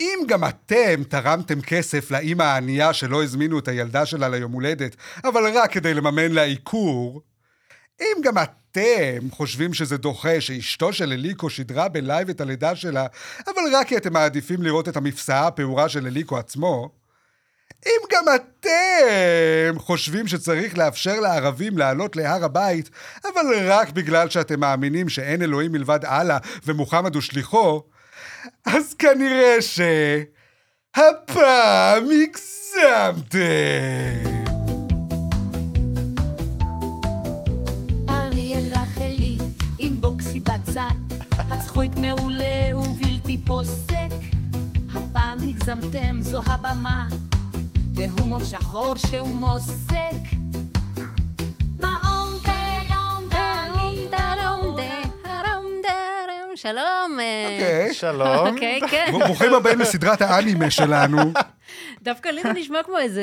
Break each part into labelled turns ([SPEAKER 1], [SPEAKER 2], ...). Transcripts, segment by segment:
[SPEAKER 1] אם גם אתם תרמתם כסף לאימא הענייה שלא הזמינו את הילדה שלה ליום הולדת, אבל רק כדי לממן לה עיקור, אם גם אתם חושבים שזה דוחה שאשתו של אליקו שידרה בלייב את הלידה שלה, אבל רק כי אתם מעדיפים לראות את המפסעה הפעורה של אליקו עצמו, אם גם אתם חושבים שצריך לאפשר לערבים לעלות להר הבית, אבל רק בגלל שאתם מאמינים שאין אלוהים מלבד אללה ומוחמד הוא שליחו, אז כנראה ש... הפעם הגזמתם!
[SPEAKER 2] אריאל רחלי עם בוקסי בצד, הצחוק מעולה ובלתי פוסק. הפעם הגזמתם, זו הבמה, והומור שחור שהוא מוסק. מעום דרום דרום דרום
[SPEAKER 3] דרום דרום, שלום. אה,
[SPEAKER 1] אוקיי.
[SPEAKER 4] שלום.
[SPEAKER 3] אוקיי, כן.
[SPEAKER 1] ברוכים הבאים לסדרת האנימה שלנו.
[SPEAKER 3] דווקא לי זה נשמע כמו איזה...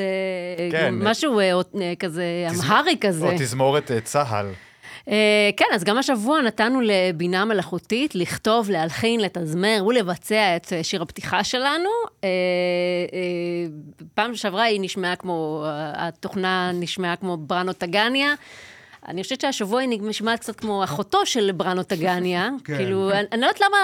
[SPEAKER 4] כן.
[SPEAKER 3] משהו אה, אות- אה, כזה אמהרי כזה.
[SPEAKER 4] או תזמורת אה, צה"ל.
[SPEAKER 3] אה, כן, אז גם השבוע נתנו לבינה מלאכותית לכתוב, להלחין, לתזמר ולבצע את אה, שיר הפתיחה שלנו. אה, אה, פעם שעברה היא נשמעה כמו, אה, התוכנה נשמעה כמו בראנו טגניה. אני חושבת שהשבוע היא נשמעת קצת כמו אחותו של בראנו טגניה.
[SPEAKER 1] כן.
[SPEAKER 3] כאילו, אני אני לא יודעת למה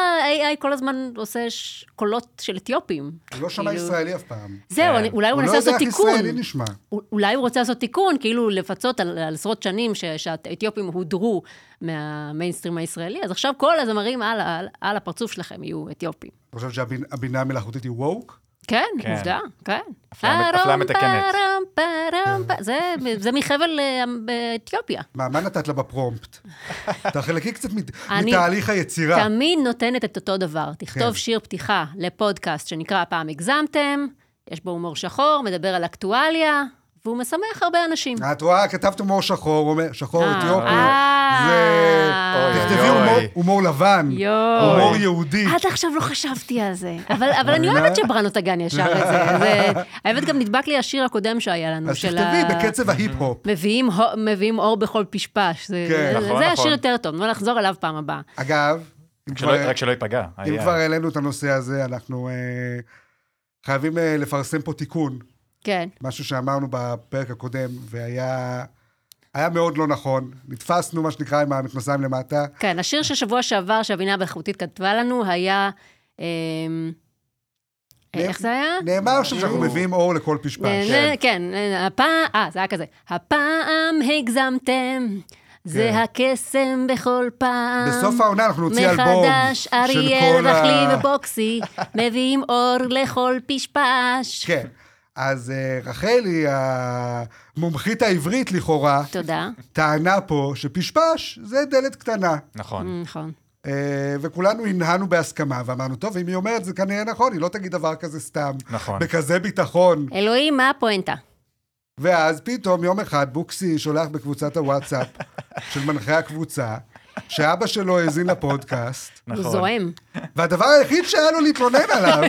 [SPEAKER 3] AI כל הזמן עושה ש- קולות של אתיופים.
[SPEAKER 1] הוא לא שמע
[SPEAKER 3] כאילו-
[SPEAKER 1] ישראלי אף פעם.
[SPEAKER 3] זהו,
[SPEAKER 4] כן.
[SPEAKER 3] אני- אולי הוא
[SPEAKER 1] הוא לא
[SPEAKER 3] מנסה
[SPEAKER 1] יודע
[SPEAKER 3] לעשות
[SPEAKER 1] איך
[SPEAKER 3] תיקון.
[SPEAKER 1] ישראלי נשמע.
[SPEAKER 3] א- אולי הוא רוצה לעשות תיקון, כאילו לפצות על, על עשרות שנים ש, שהאתיופים הודרו מהמיינסטרים הישראלי, אז עכשיו כל הזמרים על, על, על הפרצוף שלכם יהו אתיופים.
[SPEAKER 1] אתה חושב שהבינה המלאכותית היא ווק?
[SPEAKER 3] כן,
[SPEAKER 4] כן.
[SPEAKER 3] עובדה, כן.
[SPEAKER 4] אפליה- אפליה
[SPEAKER 3] פרם,
[SPEAKER 4] מתקנת.
[SPEAKER 3] פרם, פרם, פ- זה, זה מחבל אה, באתיופיה.
[SPEAKER 1] מה, מה נתת לה בפרומפט? אתה חלקי קצת מת-
[SPEAKER 3] אני-
[SPEAKER 1] מתהליך
[SPEAKER 4] כן.
[SPEAKER 1] היצירה.
[SPEAKER 3] תמיד נותנת את אותו דבר. תכתוב
[SPEAKER 1] כן.
[SPEAKER 3] שיר פתיחה לפודקאסט שנקרא "פעם הגזמתם", יש בו הומור שחור, מדבר על אקטואליה, והוא משמח הרבה אנשים.
[SPEAKER 1] את רואה, כתבת הומור שחור, הומור- שחור
[SPEAKER 3] אה,
[SPEAKER 1] אתיופי. זה...
[SPEAKER 3] אה.
[SPEAKER 4] אוקיי. אוי,
[SPEAKER 1] תכתבי
[SPEAKER 4] אוי.
[SPEAKER 1] הומור- הומור לבן.
[SPEAKER 3] יואו.
[SPEAKER 1] הומור יהודי.
[SPEAKER 3] עד עכשיו לא חשבתי על זה. אבל, אבל אני אוהבת
[SPEAKER 1] לא.
[SPEAKER 3] שבראנו טגן ישר את זה. זה. האמת, גם נדבק לי השיר הקודם שהיה לנו,
[SPEAKER 1] אז
[SPEAKER 3] של
[SPEAKER 1] תכתבי בקצב ההיפ-הופ.
[SPEAKER 3] מביאים, הו- מביאים אור בכל פשפש. זה,
[SPEAKER 1] כן.
[SPEAKER 3] זה,
[SPEAKER 4] נכון,
[SPEAKER 3] זה
[SPEAKER 4] נכון.
[SPEAKER 3] השיר יותר טוב, נו, נחזור אליו פעם הבאה.
[SPEAKER 1] אגב, אם
[SPEAKER 4] שלא-
[SPEAKER 1] כבר-
[SPEAKER 4] רק שלא ייפגע.
[SPEAKER 1] אם
[SPEAKER 4] היה.
[SPEAKER 1] כבר העלינו את הנושא הזה, אנחנו אה, חייבים אה, לפרסם פה תיקון.
[SPEAKER 3] כן.
[SPEAKER 1] משהו שאמרנו בפרק הקודם, והיה היה מאוד לא נכון. נתפסנו, מה שנקרא, עם המכנסיים למטה.
[SPEAKER 3] כן, השיר של שבוע שעבר, שאבינה המלאכותית כתבה לנו, היה... אמ,
[SPEAKER 1] נ-
[SPEAKER 3] איך זה היה?
[SPEAKER 1] נאמר שם שאנחנו מביאים אור לכל פשפש.
[SPEAKER 3] כן, כן, הפעם, אה, זה היה כזה. הפעם הגזמתם,
[SPEAKER 1] כן.
[SPEAKER 3] זה הקסם בכל פעם.
[SPEAKER 1] בסוף העונה אנחנו נוציא אלבום
[SPEAKER 3] מחדש,
[SPEAKER 1] של
[SPEAKER 3] אריאל,
[SPEAKER 1] כל ה-
[SPEAKER 3] רכלי ובוקסי, מביאים אור לכל פשפש.
[SPEAKER 1] כן. אז אה, רחלי, המומחית העברית לכאורה,
[SPEAKER 3] תודה.
[SPEAKER 1] טענה פה שפשפש זה דלת קטנה.
[SPEAKER 4] נכון.
[SPEAKER 3] נכון.
[SPEAKER 1] אה, וכולנו הנהנו בהסכמה, ואמרנו, טוב, אם היא אומרת זה כנראה נכון, היא לא תגיד דבר כזה סתם.
[SPEAKER 4] נכון.
[SPEAKER 1] בכזה ביטחון.
[SPEAKER 3] אלוהים, מה הפואנטה?
[SPEAKER 1] ואז פתאום יום אחד בוקסי שולח בקבוצת הוואטסאפ של מנחי הקבוצה, שאבא שלו האזין לפודקאסט,
[SPEAKER 3] הוא
[SPEAKER 4] נכון.
[SPEAKER 3] זועם.
[SPEAKER 1] והדבר היחיד שהיה לו להתלונן עליו,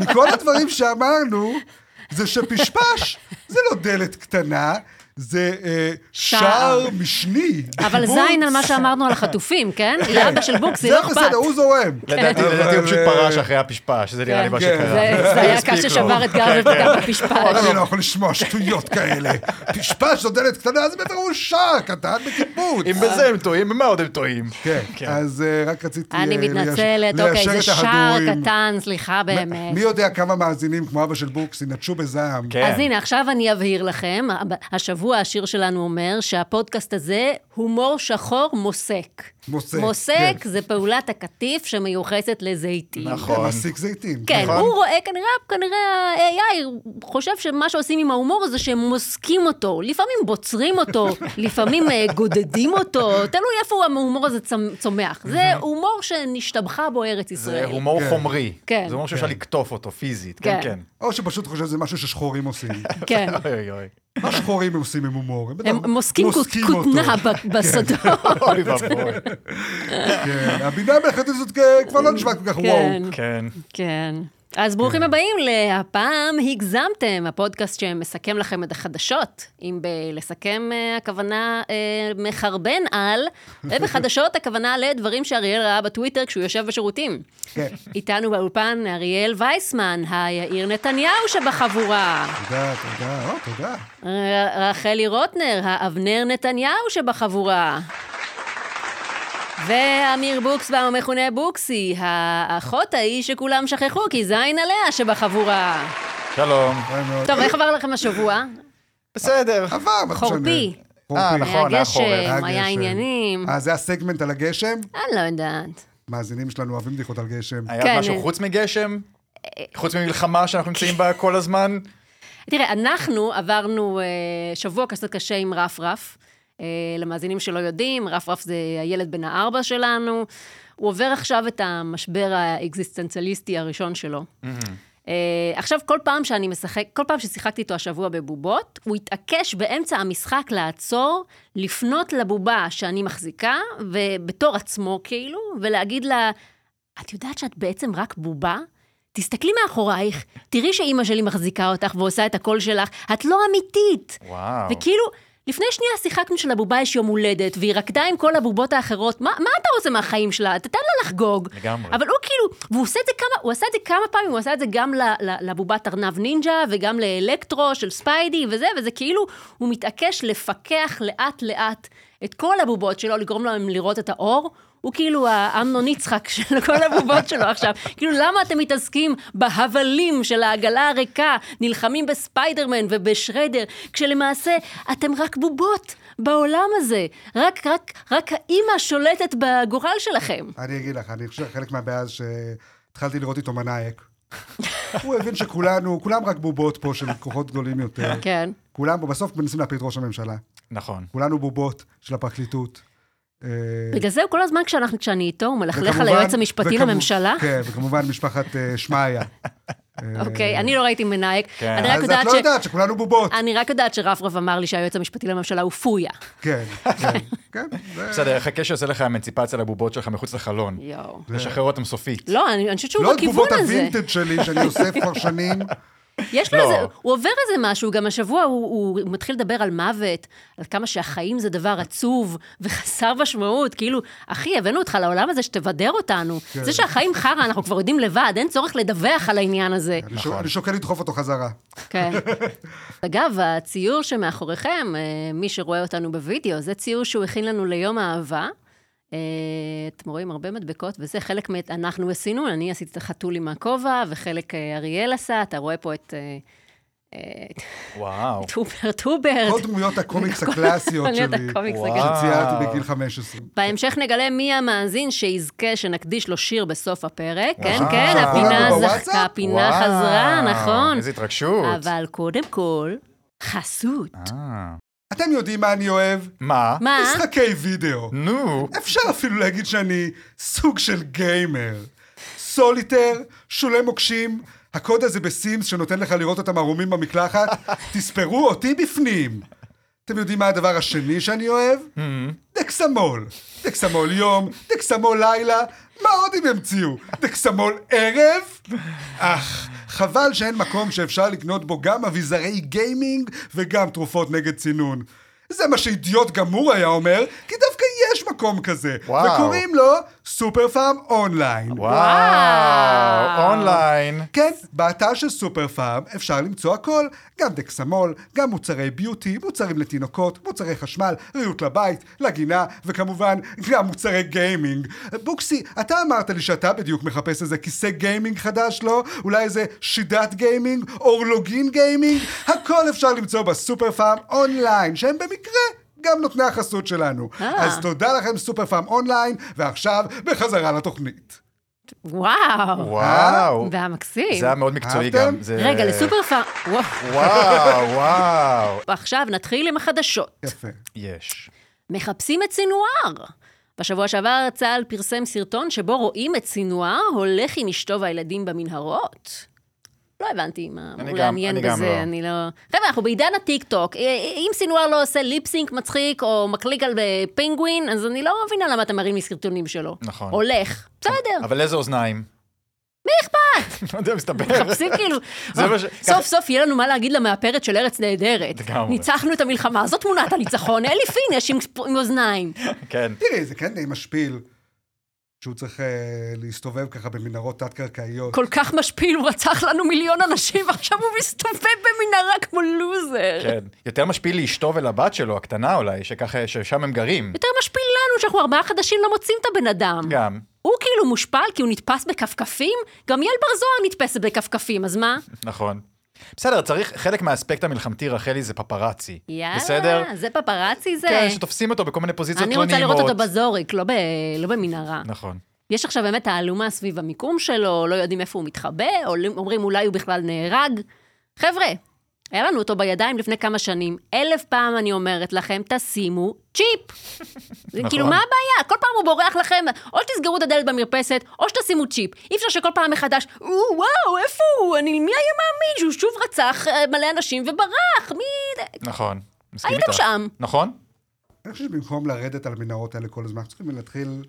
[SPEAKER 1] מכל הדברים שאמרנו, זה שפשפש זה לא דלת קטנה, זה אה, שער
[SPEAKER 3] שער.
[SPEAKER 1] משני.
[SPEAKER 3] אבל
[SPEAKER 1] בחיבור-
[SPEAKER 3] זין על מה שאמרנו על החטופים, כן? לאבא של בוקסי, לא
[SPEAKER 1] זה
[SPEAKER 3] אכפת.
[SPEAKER 1] בסדר, הוא זורם.
[SPEAKER 4] לדעתי
[SPEAKER 1] אבל,
[SPEAKER 4] לדעתי הוא פשוט
[SPEAKER 1] אה,
[SPEAKER 4] פרש אחרי הפשפש, זה נראה לי מה
[SPEAKER 3] כן.
[SPEAKER 4] שקרה.
[SPEAKER 3] זה זה היה הקש
[SPEAKER 4] הספיק לו.
[SPEAKER 3] ששבר את
[SPEAKER 1] כן,
[SPEAKER 3] גב ופתח בפשפש.
[SPEAKER 1] אני לא יכול לשמוע שטויות כאלה. פשפש זו דלת קטנה, זה בפירוש שער קטן בקיבוץ.
[SPEAKER 4] אם בזה הם טועים, במה עוד הם טועים?
[SPEAKER 1] כן,
[SPEAKER 4] כן.
[SPEAKER 1] אז אה, רק רציתי
[SPEAKER 3] אני
[SPEAKER 1] אה, לייש-
[SPEAKER 3] מתנצלת, אוקיי,
[SPEAKER 1] ליישר
[SPEAKER 3] זה
[SPEAKER 1] את
[SPEAKER 3] שער
[SPEAKER 1] ההדורים.
[SPEAKER 3] קטן, סליחה באמת.
[SPEAKER 1] מי יודע כמה מאזינים כמו אבא של בוקסי נטשו בזעם.
[SPEAKER 4] כן.
[SPEAKER 3] אז הנה, עכשיו אני אבהיר לכם. השבוע השיר שלנו אומר שהפודקאסט הזה, הומור שחור מוסק.
[SPEAKER 1] מוסק,
[SPEAKER 3] מוסק
[SPEAKER 1] כן.
[SPEAKER 3] זה פעולת הקטיף שמיוחסת לזיתים.
[SPEAKER 4] נכון.
[SPEAKER 1] כן, מסיק זיתים.
[SPEAKER 3] כן,
[SPEAKER 4] נכון.
[SPEAKER 3] הוא רואה, כנראה, כנראה ה-AI חושב שמה שעושים עם ההומור הזה שהם מוסקים אותו, לפעמים בוצרים אותו, לפעמים אה, גודדים אותו, תלוי איפה ההומור הזה צמ- צומח. זה הומור שנשתבחה בו ארץ ישראל.
[SPEAKER 4] זה הומור
[SPEAKER 1] כן.
[SPEAKER 4] חומרי.
[SPEAKER 3] כן.
[SPEAKER 4] זה הומור שאפשר לקטוף אותו פיזית. כן,
[SPEAKER 3] כן.
[SPEAKER 4] כן.
[SPEAKER 1] או שפשוט חושב שזה משהו ששחורים עושים.
[SPEAKER 3] כן.
[SPEAKER 4] אוי אוי אוי.
[SPEAKER 1] מה שחורים עושים עם הומור? בטח
[SPEAKER 3] הם מוסקים כות-
[SPEAKER 1] אותו.
[SPEAKER 3] כותנה ב- בשדות.
[SPEAKER 4] אוי ואבוי.
[SPEAKER 1] כן, הבינה המלאכותית הזאת אה, כבר לא נשמעת כל כך וואו.
[SPEAKER 3] כן,
[SPEAKER 4] כן.
[SPEAKER 3] כן. אז ברוכים הבאים ל"הפעם הגזמתם", הפודקאסט שמסכם לכם את החדשות. אם בלסכם אה, הכוונה אה, מחרבן על, ובחדשות הכוונה לדברים שאריאל ראה בטוויטר כשהוא יושב בשירותים.
[SPEAKER 1] כן.
[SPEAKER 3] איתנו באולפן אריאל וייסמן, היאיר נתניהו שבחבורה.
[SPEAKER 1] תודה, תודה, או, תודה.
[SPEAKER 3] ר- רחלי רוטנר, האבנר נתניהו שבחבורה. ואמיר בוקסבאום, המכונה בוקסי, האחות ההיא שכולם שכחו, כי זין עליה שבחבורה.
[SPEAKER 4] שלום.
[SPEAKER 1] יפה מאוד.
[SPEAKER 3] טוב, איך עבר לכם השבוע?
[SPEAKER 4] בסדר.
[SPEAKER 1] עבר, מה זה משנה?
[SPEAKER 3] חורפי.
[SPEAKER 4] אה,
[SPEAKER 1] חורפי.
[SPEAKER 4] נכון. היה
[SPEAKER 3] היה
[SPEAKER 4] חורף.
[SPEAKER 3] גשם,
[SPEAKER 1] היה
[SPEAKER 3] היה
[SPEAKER 1] גשם.
[SPEAKER 3] עניינים.
[SPEAKER 1] אה, זה הסגמנט על הגשם?
[SPEAKER 3] אני לא יודעת.
[SPEAKER 1] מאזינים שלנו אוהבים בדיחות על גשם.
[SPEAKER 3] כן. אה,
[SPEAKER 4] היה משהו חוץ מגשם? חוץ ממלחמה שאנחנו נמצאים בה כל הזמן?
[SPEAKER 3] תראה, אנחנו עברנו אה, שבוע קצת קשה עם רפרף. אה, למאזינים שלא יודעים, רפרף זה הילד בן הארבע שלנו. הוא עובר עכשיו את המשבר האקזיסטנציאליסטי הראשון שלו. אה, עכשיו, כל פעם שאני משחק, כל פעם ששיחקתי איתו השבוע בבובות, הוא התעקש באמצע המשחק לעצור, לפנות לבובה שאני מחזיקה, ובתור עצמו כאילו, ולהגיד לה, את יודעת שאת בעצם רק בובה? תסתכלי מאחורייך, תראי שאימא שלי מחזיקה אותך ועושה את הקול שלך, את לא אמיתית.
[SPEAKER 4] וואו.
[SPEAKER 3] וכאילו, לפני שנייה שיחקנו שלבובה יש יום הולדת, והיא רקדה עם כל הבובות האחרות, מה, מה אתה רוצה מהחיים שלה? תתן לה לחגוג.
[SPEAKER 4] לגמרי.
[SPEAKER 3] אבל הוא כאילו, והוא עושה את זה כמה, הוא עשה את זה כמה פעמים, הוא עשה את זה גם ל- ל- לבובת ארנב נינג'ה, וגם לאלקטרו של ספיידי וזה, וזה כאילו, הוא מתעקש לפקח לאט-לאט את כל הבובות שלו, לגרום להם לראות את האור. הוא כאילו האמנון יצחק של כל הבובות שלו עכשיו. כאילו, למה אתם מתעסקים בהבלים של העגלה הריקה, נלחמים בספיידרמן ובשרדר, כשלמעשה אתם רק בובות בעולם הזה. רק, רק, רק האימא שולטת בגורל שלכם.
[SPEAKER 1] אני אגיד לך, אני חושב שחלק מהבעיה זה שהתחלתי לראות איתו מנאייק. הוא הבין שכולנו, כולם רק בובות פה של כוחות גדולים יותר.
[SPEAKER 3] כן.
[SPEAKER 1] כולם פה, בסוף מנסים להפיל את ראש הממשלה.
[SPEAKER 4] נכון.
[SPEAKER 1] כולנו בובות של הפרקליטות. אה,
[SPEAKER 3] בגלל זה הוא כל הזמן כשאנחנו, כשאני איתו, הוא מלכלך על
[SPEAKER 1] וכמובן-
[SPEAKER 3] היועץ המשפטי
[SPEAKER 1] וכמו-
[SPEAKER 3] לממשלה.
[SPEAKER 1] כן, וכמובן משפחת אה, שמעיה.
[SPEAKER 3] אוקיי, אני לא ראיתי מנאייק.
[SPEAKER 4] כן.
[SPEAKER 3] אני רק
[SPEAKER 1] כן. אז את
[SPEAKER 3] יודעת
[SPEAKER 1] לא
[SPEAKER 3] ש... אה,
[SPEAKER 1] יודעת שכולנו בובות.
[SPEAKER 3] אני רק יודעת שרפרף אמר לי שהיועץ המשפטי לממשלה הוא פויה.
[SPEAKER 1] כן, כן, כן. זה-
[SPEAKER 4] בסדר, חכה שעושה לך אמנציפציה לבובות שלך מחוץ לחלון.
[SPEAKER 3] יואו.
[SPEAKER 4] לשחרר אותם סופית.
[SPEAKER 3] לא, אני אני חושבת שהוא
[SPEAKER 1] לא את
[SPEAKER 3] בכיוון
[SPEAKER 1] בובות
[SPEAKER 3] הזה.
[SPEAKER 1] הווינטג' שלי, שאני אוסף כבר שנים.
[SPEAKER 3] יש לו
[SPEAKER 4] לא.
[SPEAKER 3] איזה, הוא עובר איזה משהו, גם השבוע הוא, הוא מתחיל לדבר על מוות, על כמה שהחיים זה דבר עצוב וחסר משמעות, כאילו, אחי, הבאנו אותך לעולם הזה שתבדר אותנו.
[SPEAKER 1] כן.
[SPEAKER 3] זה שהחיים חרא, אנחנו כבר יודעים לבד, אין צורך לדווח על העניין הזה.
[SPEAKER 1] אני שוק- אני שוקל לדחוף אותו חזרה.
[SPEAKER 3] כן. אגב, הציור שמאחוריכם, אה, מי שרואה אותנו בווידאו, זה ציור שהוא הכין לנו ליום האהבה. אה, אתם רואים הרבה מדבקות, וזה חלק מה... אנחנו עשינו, אני עשיתי את החתול עם הכובע, וחלק אה, אריאל עשה, אתה רואה פה את אה, אה,
[SPEAKER 4] וואו.
[SPEAKER 3] טובר טובר.
[SPEAKER 1] כל דמויות הקומיקס הקלאסיות
[SPEAKER 3] אה, דמויות
[SPEAKER 1] שלי,
[SPEAKER 3] הקומיקס
[SPEAKER 4] וואו.
[SPEAKER 3] הגדולות.
[SPEAKER 1] שציירתי בגיל 15.
[SPEAKER 3] בהמשך נגלה מי המאזין שיזכה שנקדיש לו שיר בסוף הפרק. כן,
[SPEAKER 4] וואו.
[SPEAKER 3] כן,
[SPEAKER 4] שלחו
[SPEAKER 3] הפינה
[SPEAKER 1] לנו בוואטסאפ?
[SPEAKER 3] זכתה, הפינה
[SPEAKER 4] אה, וואו,
[SPEAKER 3] חזרה, נכון.
[SPEAKER 4] איזה התרגשות.
[SPEAKER 3] אבל קודם כל, חסות.
[SPEAKER 4] אה.
[SPEAKER 1] אתם יודעים מה אני אוהב?
[SPEAKER 4] מה?
[SPEAKER 3] מה?
[SPEAKER 1] משחקי וידאו.
[SPEAKER 4] נו.
[SPEAKER 1] אפשר אפילו להגיד שאני סוג של גיימר. סוליטר, שולי מוקשים, הקוד הזה בסימס שנותן לך לראות אותם ערומים במקלחת, תספרו אותי בפנים. אתם יודעים מה הדבר השני שאני אוהב? דקסמול. דקסמול יום, דקסמול לילה, מה עוד הם המציאו? דקסמול ערב? אך, חבל שאין מקום שאפשר לקנות בו גם אביזרי גיימינג וגם תרופות נגד צינון. זה מה שאידיוט גמור היה אומר, כי דווקא יש מקום כזה.
[SPEAKER 4] וואו.
[SPEAKER 1] וקוראים לו סופר פארם אונליין.
[SPEAKER 4] וואו. אונליין.
[SPEAKER 1] כן, באתר של סופר פארם אפשר למצוא הכל, גם דקסמול, גם מוצרי ביוטי, מוצרים לתינוקות, מוצרי חשמל, ריהוט לבית, לגינה, וכמובן, גם מוצרי גיימינג. בוקסי, אתה אמרת לי שאתה בדיוק מחפש איזה כיסא גיימינג חדש, לא? אולי איזה שידת גיימינג, אורלוגין גיימינג? הכל אפשר למצוא בסופר פארם אונליין, שהם במקרה... גם נותני החסות שלנו.
[SPEAKER 3] אה.
[SPEAKER 1] אז תודה לכם, סופר פארם אונליין, ועכשיו, בחזרה לתוכנית.
[SPEAKER 3] וואו.
[SPEAKER 4] וואו.
[SPEAKER 3] זה היה מקסים.
[SPEAKER 4] זה היה מאוד מקצועי
[SPEAKER 1] אהבתם?
[SPEAKER 4] גם. זה-
[SPEAKER 3] אה? רגע, לסופר פארם... וואו.
[SPEAKER 4] וואו, וואו.
[SPEAKER 3] עכשיו נתחיל עם החדשות.
[SPEAKER 1] יפה.
[SPEAKER 4] יש.
[SPEAKER 3] מחפשים את סינואר. בשבוע שעבר צה"ל פרסם סרטון שבו רואים את סינואר הולך עם אשתו והילדים במנהרות. לא הבנתי מה
[SPEAKER 4] אני גם-
[SPEAKER 3] מעניין
[SPEAKER 4] אני גם
[SPEAKER 3] בזה,
[SPEAKER 4] לא.
[SPEAKER 3] אני לא... חבר'ה, אנחנו בעידן הטיקטוק. אה, אה, אם סינואר לא עושה ליפסינק מצחיק או מקליק על אה, פינגווין, אז אני לא מבינה למה אתה מראים לי סרטונים שלו.
[SPEAKER 4] נכון.
[SPEAKER 3] הולך. בסדר.
[SPEAKER 4] אבל איזה אוזניים?
[SPEAKER 3] מי אכפת?
[SPEAKER 4] לא יודע, מסתבר.
[SPEAKER 3] מחפשים כאילו,
[SPEAKER 4] זה
[SPEAKER 3] אה,
[SPEAKER 4] מה ש- ככה-
[SPEAKER 3] סוף סוף יהיה לנו מה להגיד למאפרת של ארץ נהדרת.
[SPEAKER 4] לגמרי.
[SPEAKER 3] ניצחנו את המלחמה, זאת תמונת הניצחון, אלי פינש עם עם אוזניים.
[SPEAKER 4] כן.
[SPEAKER 1] תראי, זה כן די משפיל שהוא צריך אה, להסתובב ככה במנהרות תת-קרקעיות.
[SPEAKER 3] כל כך משפיל, הוא רצח לנו מיליון אנשים, ועכשיו הוא מסתובב במנהרה כמו לוזר.
[SPEAKER 4] כן. יותר משפיל לאשתו ולבת שלו, הקטנה אולי, שככה, ששם הם גרים.
[SPEAKER 3] יותר משפיל לנו שאנחנו ארבעה חדשים לא מוצאים את הבן אדם.
[SPEAKER 4] גם.
[SPEAKER 3] הוא כאילו מושפל כי הוא נתפס בכפכפים? גם יעל בר זוהר נתפסת בכפכפים, אז מה?
[SPEAKER 4] נכון. בסדר, צריך, חלק מהאספקט המלחמתי, רחלי, זה פפראצי.
[SPEAKER 3] יאללה,
[SPEAKER 4] בסדר?
[SPEAKER 3] זה פפראצי זה.
[SPEAKER 4] כן, שתופסים אותו בכל מיני פוזיציות
[SPEAKER 3] אני
[SPEAKER 4] לא נעימות.
[SPEAKER 3] רוצה לראות אותו בזוריק, לא, ב... לא במנהרה.
[SPEAKER 4] נכון.
[SPEAKER 3] יש עכשיו באמת תעלומה סביב המיקום שלו, לא יודעים איפה הוא מתחבא, עולים- אומרים אולי הוא בכלל נהרג. חבר'ה, היה לנו אותו בידיים לפני כמה שנים. אלף פעם אני אומרת לכם, תשימו צ'יפ. זה
[SPEAKER 4] נכון.
[SPEAKER 3] כאילו, מה הבעיה? כל פעם הוא בורח לכם, או שתסגרו את הדלת במרפסת, או שתשימו צ'יפ. אי אפשר שכל פעם מחדש, "או, וואו, איפה הוא? אני, מי היה מאמין שהוא שוב רצח אה, מלא אנשים וברח? מי...
[SPEAKER 4] נכון. מסכים
[SPEAKER 3] הייתם
[SPEAKER 4] איתך.
[SPEAKER 3] שם.
[SPEAKER 4] נכון?
[SPEAKER 1] אני חושב שבמקום לרדת על המנהרות האלה כל הזמן, אנחנו צריכים להתחיל...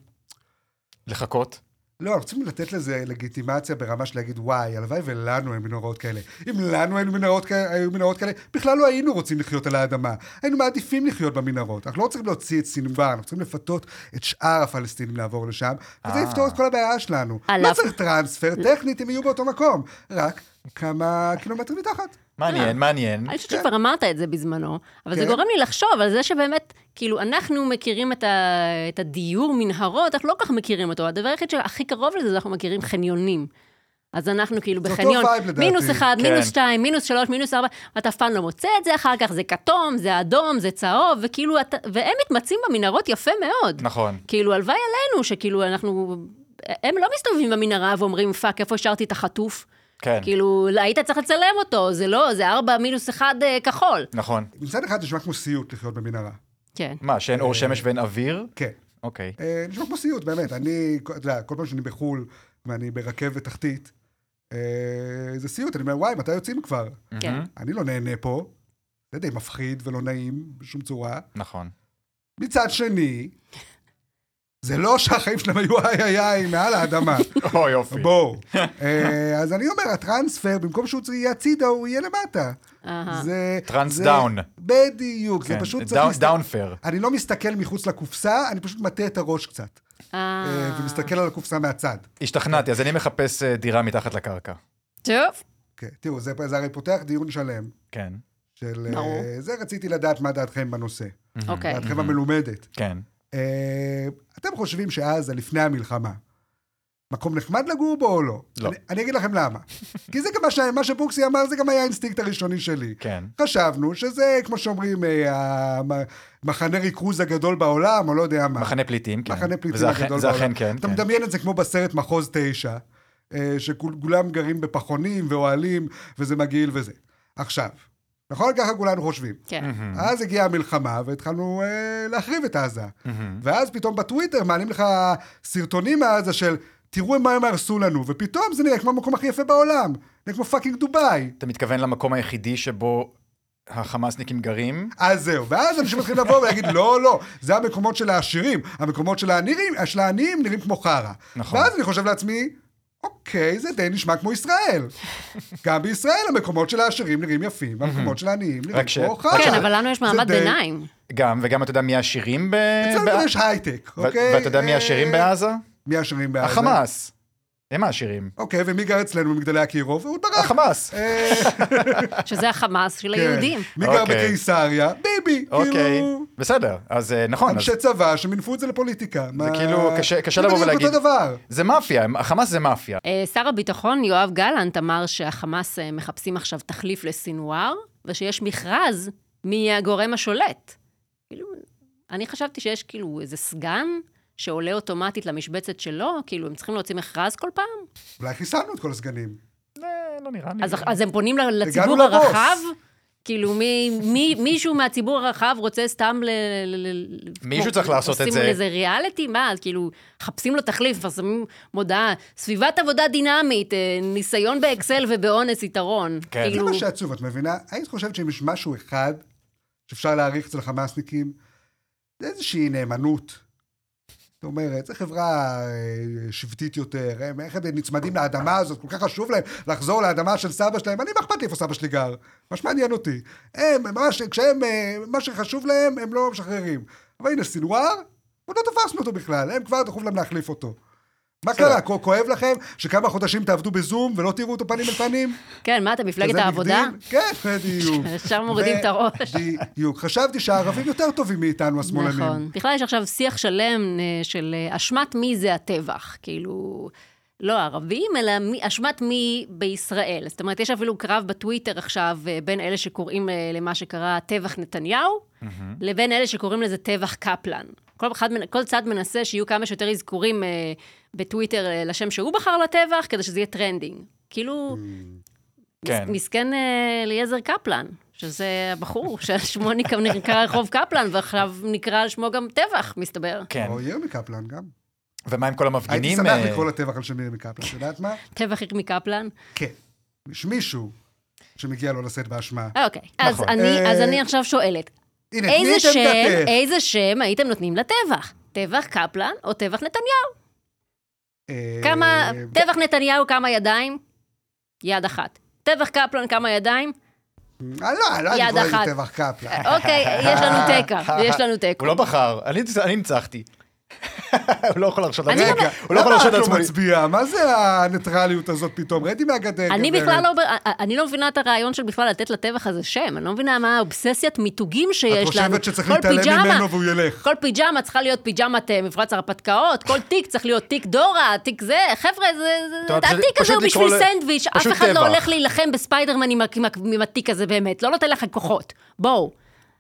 [SPEAKER 4] לחכות.
[SPEAKER 1] לא, אנחנו צריכים לתת לזה לגיטימציה ברמה של להגיד, וואי, הלוואי ולנו אין מנהרות כאלה. אם לנו אין מנהרות כאלה, היו מנהרות כאלה, בכלל לא היינו רוצים לחיות על האדמה. היינו מעדיפים לחיות במנהרות. אנחנו לא צריכים להוציא את סינואר, אנחנו צריכים לפתות את שאר הפלסטינים לעבור לשם, וזה
[SPEAKER 4] אה.
[SPEAKER 1] יפתור את כל הבעיה שלנו.
[SPEAKER 3] על
[SPEAKER 1] לא
[SPEAKER 3] אף-
[SPEAKER 1] צריך טרנספר, טכנית הם יהיו באותו מקום, רק כמה קילומטרים מתחת.
[SPEAKER 3] אה.
[SPEAKER 4] מעניין, מעניין.
[SPEAKER 3] אני חושבת שכבר אמרת את זה בזמנו, אבל זה
[SPEAKER 1] כן.
[SPEAKER 3] גורם לי לחשוב על זה שבאמת, כאילו, אנחנו מכירים את, ה, את הדיור מנהרות, אנחנו לא כל כך מכירים אותו. הדבר היחיד שהכי קרוב לזה, זה אנחנו מכירים חניונים. אז אנחנו כאילו
[SPEAKER 1] זה אותו
[SPEAKER 3] בחניון,
[SPEAKER 1] וייב לדעתי.
[SPEAKER 3] מינוס אחד,
[SPEAKER 4] כן.
[SPEAKER 3] מינוס שתיים, מינוס שלוש, מינוס ארבע, אתה אף פעם לא מוצא את זה אחר כך, זה כתום, זה אדום, זה צהוב, וכאילו, אתה, והם מתמצאים במנהרות יפה מאוד.
[SPEAKER 4] נכון.
[SPEAKER 3] כאילו, הלוואי עלינו שכאילו אנחנו, הם לא מסתובבים במנהרה ואומרים, פאק, איפה השארתי את החטוף?
[SPEAKER 4] כן.
[SPEAKER 3] כאילו, לא, היית צריך לצלם אותו, זה לא, זה ארבע מינוס אחד אה, כחול.
[SPEAKER 4] נכון.
[SPEAKER 1] מצד אחד נשמע כמו סיוט לחיות במנהרה.
[SPEAKER 3] כן.
[SPEAKER 4] מה, שאין אור שמש ואין אוויר?
[SPEAKER 1] אה. כן.
[SPEAKER 4] אוקיי.
[SPEAKER 1] אה, נשמע כמו סיוט, באמת. אני, אתה יודע, כל פעם שאני בחו"ל ואני ברכבת תחתית, אה, זה סיוט, אני אומר, וואי, מתי יוצאים כבר?
[SPEAKER 3] כן.
[SPEAKER 4] מהמם.
[SPEAKER 1] אני לא נהנה פה, זה די מפחיד ולא נעים בשום צורה.
[SPEAKER 4] נכון.
[SPEAKER 1] מצד שני, זה לא שהחיים שלהם היו איי איי איי מעל האדמה.
[SPEAKER 4] או יופי.
[SPEAKER 1] בואו. אה, אז אני אומר, הטרנספר, במקום שהוא יהיה הצידה, הוא יהיה למטה.
[SPEAKER 3] אהה.
[SPEAKER 1] זה...
[SPEAKER 4] טרנס
[SPEAKER 1] זה-
[SPEAKER 4] דאון.
[SPEAKER 1] בדיוק, זה
[SPEAKER 4] אה. כן.
[SPEAKER 1] פשוט צריך...
[SPEAKER 4] דאון-
[SPEAKER 1] להסת-
[SPEAKER 4] דאון פייר.
[SPEAKER 1] אני לא מסתכל מחוץ לקופסה, אני פשוט מטה את הראש קצת.
[SPEAKER 3] אה.
[SPEAKER 1] אה, ומסתכל על הקופסה מהצד.
[SPEAKER 4] השתכנעתי, אז אני מחפש אה, דירה מתחת לקרקע.
[SPEAKER 3] טוב.
[SPEAKER 1] כן, תראו, זה, זה הרי פותח דיון שלם
[SPEAKER 4] כן.
[SPEAKER 1] של... אה,
[SPEAKER 3] ברור.
[SPEAKER 1] זה רציתי לדעת מה דעתכם בנושא.
[SPEAKER 3] אוקיי.
[SPEAKER 1] דעתכם המלומדת.
[SPEAKER 4] כן.
[SPEAKER 1] אה, אתם חושבים שעזה, לפני המלחמה, מקום נחמד לגור בו או לא?
[SPEAKER 4] לא.
[SPEAKER 1] אני, אני אגיד לכם למה. כי זה גם מה, ש... מה שבוקסי אמר, זה גם היה האינסטינקט הראשוני שלי.
[SPEAKER 4] כן.
[SPEAKER 1] חשבנו שזה, כמו שאומרים, אה, המחנה ריכוז הגדול בעולם, או לא יודע מה.
[SPEAKER 4] מחנה פליטים, כן.
[SPEAKER 1] מחנה פליטים
[SPEAKER 4] וזה אכן-
[SPEAKER 1] הגדול
[SPEAKER 4] זה
[SPEAKER 1] בעולם.
[SPEAKER 4] אכן כן.
[SPEAKER 1] אתה
[SPEAKER 4] כן.
[SPEAKER 1] מדמיין את זה כמו בסרט מחוז תשע, אה, שכולם גרים בפחונים ואוהלים, וזה מגעיל וזה. עכשיו, נכון? ככה כולנו חושבים.
[SPEAKER 3] כן.
[SPEAKER 4] אה,
[SPEAKER 1] אז הגיעה המלחמה, והתחלנו אה, להחריב את עזה.
[SPEAKER 4] מהמם.
[SPEAKER 1] ואז פתאום בטוויטר מעלים לך סרטונים מעזה של, תראו מה הם הרסו לנו, ופתאום זה נראה כמו המקום הכי יפה בעולם. נראה כמו פאקינג דובאי.
[SPEAKER 4] אתה מתכוון למקום היחידי שבו החמאסניקים גרים?
[SPEAKER 1] אז זהו, ואז אנשים מתחילים לבוא ולהגיד, לא, לא, זה המקומות של העשירים, המקומות של העניים, של העניים נראים כמו חרא.
[SPEAKER 4] נכון.
[SPEAKER 1] ואז אני חושב לעצמי, אוקיי, זה די נשמע כמו ישראל. גם בישראל המקומות של העשירים נראים יפים, והמקומות של העניים נראים
[SPEAKER 4] רק ש-
[SPEAKER 1] כמו
[SPEAKER 4] רק
[SPEAKER 1] חרא.
[SPEAKER 3] כן, אבל לנו יש
[SPEAKER 1] אה, זה
[SPEAKER 3] מעמד
[SPEAKER 1] די-
[SPEAKER 3] ביניים.
[SPEAKER 4] גם, וגם אתה יודע מי העשירים ב...
[SPEAKER 1] אצלנו
[SPEAKER 4] בע-
[SPEAKER 1] יש הייטק,
[SPEAKER 4] אה, ו-
[SPEAKER 1] אוקיי?
[SPEAKER 4] ואתה יודע מי העשירים
[SPEAKER 1] אה,
[SPEAKER 4] בעזה?
[SPEAKER 1] מי העשירים בעזה?
[SPEAKER 4] החמאס. הם העשירים.
[SPEAKER 1] אוקיי, ומי גר אצלנו במגדלי אקירוב? אהוד
[SPEAKER 3] אוקיי.
[SPEAKER 1] ברק.
[SPEAKER 4] החמאס.
[SPEAKER 1] אה,
[SPEAKER 3] שזה החמאס של
[SPEAKER 1] כן.
[SPEAKER 3] היהודים.
[SPEAKER 1] מי גר
[SPEAKER 4] אוקיי.
[SPEAKER 1] בקיסריה? ביבי.
[SPEAKER 4] אוקיי,
[SPEAKER 1] כאילו,
[SPEAKER 4] בסדר. אז אה, נכון, אז
[SPEAKER 1] אנשי צבא שמינפו את זה לפוליטיקה.
[SPEAKER 4] זה כאילו קשה- קשה לבוא
[SPEAKER 1] זה
[SPEAKER 4] ולהגיד.
[SPEAKER 1] בדיוק אותו דבר.
[SPEAKER 4] זה מאפיה, הם- החמאס זה מאפיה.
[SPEAKER 3] אה, שר הביטחון יואב גלנט אמר שהחמאס אה, מחפשים עכשיו תחליף לסינואר, ושיש מכרז מי יהיה הגורם השולט. כאילו, אני חשבתי שיש כאילו איזה סגן שעולה אוטומטית למשבצת שלו, כאילו הם צריכים להוציא מכרז כל פעם?
[SPEAKER 1] אולי חיסלנו את כל הסגנים.
[SPEAKER 4] אה, לא נראה לי.
[SPEAKER 3] אז, אז הם פונים ל- לציבור
[SPEAKER 1] הגענו לבוס.
[SPEAKER 3] הרחב? כאילו, מי, מי, מישהו מהציבור הרחב רוצה סתם ל... ל- ל-
[SPEAKER 4] מישהו
[SPEAKER 3] כמו-
[SPEAKER 4] צריך לעשות את זה.
[SPEAKER 3] עושים לזה ריאליטי? מה, אז כאילו, מחפשים לו תחליף, מפרסמים מודעה, סביבת עבודה דינמית, אה, ניסיון באקסל ובאונס יתרון.
[SPEAKER 4] כן.
[SPEAKER 1] זה
[SPEAKER 3] כאילו,
[SPEAKER 1] מה שעצוב, את מבינה? היית חושבת שאם יש משהו אחד שאפשר להעריך אצל חמאסניקים, זה איזושהי נאמנות. זאת אומרת, זו חברה אה, שבטית יותר, הם איך הם נצמדים לאדמה הזאת, כל כך חשוב להם לחזור לאדמה של סבא שלהם, אני, מה אכפת לי איפה סבא שלי גר? מה שמעניין אותי. הם, מה, ש, כשהם, אה, מה שחשוב להם, הם לא משחררים. אבל הנה, סנוואר, עוד לא תפסנו אותו בכלל, הם כבר דחוף להם להחליף אותו. מה
[SPEAKER 4] בסדר.
[SPEAKER 1] קרה? כ- כואב לכם שכמה חודשים תעבדו בזום ולא תראו אותו פנים אל פנים?
[SPEAKER 3] כן, מה אתה, מפלגת
[SPEAKER 1] כזה
[SPEAKER 3] העבודה?
[SPEAKER 1] נגדים? כן, בדיוק.
[SPEAKER 3] ישר מורידים את הראש.
[SPEAKER 1] בדיוק. חשבתי שהערבים יותר טובים מאיתנו, השמאלנים.
[SPEAKER 3] נכון. בכלל יש עכשיו שיח שלם אה, של אה, אשמת מי זה הטבח. כאילו, לא הערבים, אלא מי, אשמת מי בישראל. זאת אומרת, יש אפילו קרב בטוויטר עכשיו אה, בין אלה שקוראים אה, למה שקרה טבח נתניהו, לבין אלה שקוראים לזה טבח קפלן. כל, אחד, מנ- כל צד מנסה שיהיו כמה שיותר אזכורים אה, בטוויטר אה, לשם שהוא בחר לטבח, כדי שזה יהיה טרנדינג. כאילו,
[SPEAKER 4] כן.
[SPEAKER 3] מסכן אה, אליעזר קפלן, שזה הבחור ששמו נקרא- נקרא רחוב קפלן, ועכשיו נקרא על שמו גם טבח, מסתבר.
[SPEAKER 4] כן.
[SPEAKER 1] או ירמי קפלן גם.
[SPEAKER 4] ומה עם כל
[SPEAKER 1] הייתי
[SPEAKER 4] המפגינים?
[SPEAKER 1] שמח
[SPEAKER 4] אה,
[SPEAKER 1] לקרוא לטבח על שם ירמי קפלן, את יודעת מה?
[SPEAKER 3] טבח ירמי קפלן.
[SPEAKER 1] כן. יש מישהו שמגיע לו לשאת באשמה.
[SPEAKER 3] אה, אוקיי. אז
[SPEAKER 4] נכון.
[SPEAKER 3] אני- אז
[SPEAKER 1] אה,
[SPEAKER 3] אני עכשיו שואלת,
[SPEAKER 1] הנה, תני
[SPEAKER 3] איזה אה,
[SPEAKER 1] את
[SPEAKER 3] שם,
[SPEAKER 1] עמדתך.
[SPEAKER 3] איזה שם הייתם נותנים לטבח? טבח קפלן או טבח נתניהו?
[SPEAKER 1] אה,
[SPEAKER 3] כמה,
[SPEAKER 1] אה,
[SPEAKER 3] טבח נתניהו כמה ידיים? יד אחת. טבח קפלן כמה ידיים?
[SPEAKER 1] אה, לא, לא,
[SPEAKER 3] יד
[SPEAKER 1] אני קורא
[SPEAKER 3] אחת.
[SPEAKER 1] לזה טבח קפלן.
[SPEAKER 3] אוקיי, יש לנו תיקו, יש לנו תיקו.
[SPEAKER 4] הוא לא בחר, אני- אני ניצחתי. הוא לא יכול להרשות
[SPEAKER 3] אני
[SPEAKER 4] לעצמו.
[SPEAKER 3] גם-
[SPEAKER 4] הוא לא יכול
[SPEAKER 1] למה
[SPEAKER 4] להרשות
[SPEAKER 1] את לא
[SPEAKER 4] לעצמו.
[SPEAKER 1] מצביעה? מה זה הניטרליות הזאת פתאום? רדי מהגדר,
[SPEAKER 3] אני
[SPEAKER 1] גברת.
[SPEAKER 3] בכלל לא, אני לא מבינה את הרעיון של בכלל לתת לטבח הזה שם, אני לא מבינה מה האובססיית מיתוגים שיש לנו.
[SPEAKER 1] את חושבת שצריך
[SPEAKER 3] כל
[SPEAKER 1] להתעלם
[SPEAKER 3] פיג'מה-
[SPEAKER 1] ממנו והוא ילך.
[SPEAKER 3] כל פיג'מה צריכה להיות פיג'מת אה, מפרץ הרפתקאות, כל תיק צריך להיות תיק דורה, תיק זה, חבר'ה, זה- זה-
[SPEAKER 4] אומרת, פשוט-
[SPEAKER 3] התיק הזה הוא
[SPEAKER 4] פשוט
[SPEAKER 3] בשביל
[SPEAKER 4] לקרוא ל-
[SPEAKER 3] סנדוויץ', אף
[SPEAKER 4] פשוט
[SPEAKER 3] אחד
[SPEAKER 4] טבח.
[SPEAKER 3] לא הולך להילחם בספיידרמן עם ה- עם ה- עם התיק הזה באמת, לא נותן לך כוחות, בואו.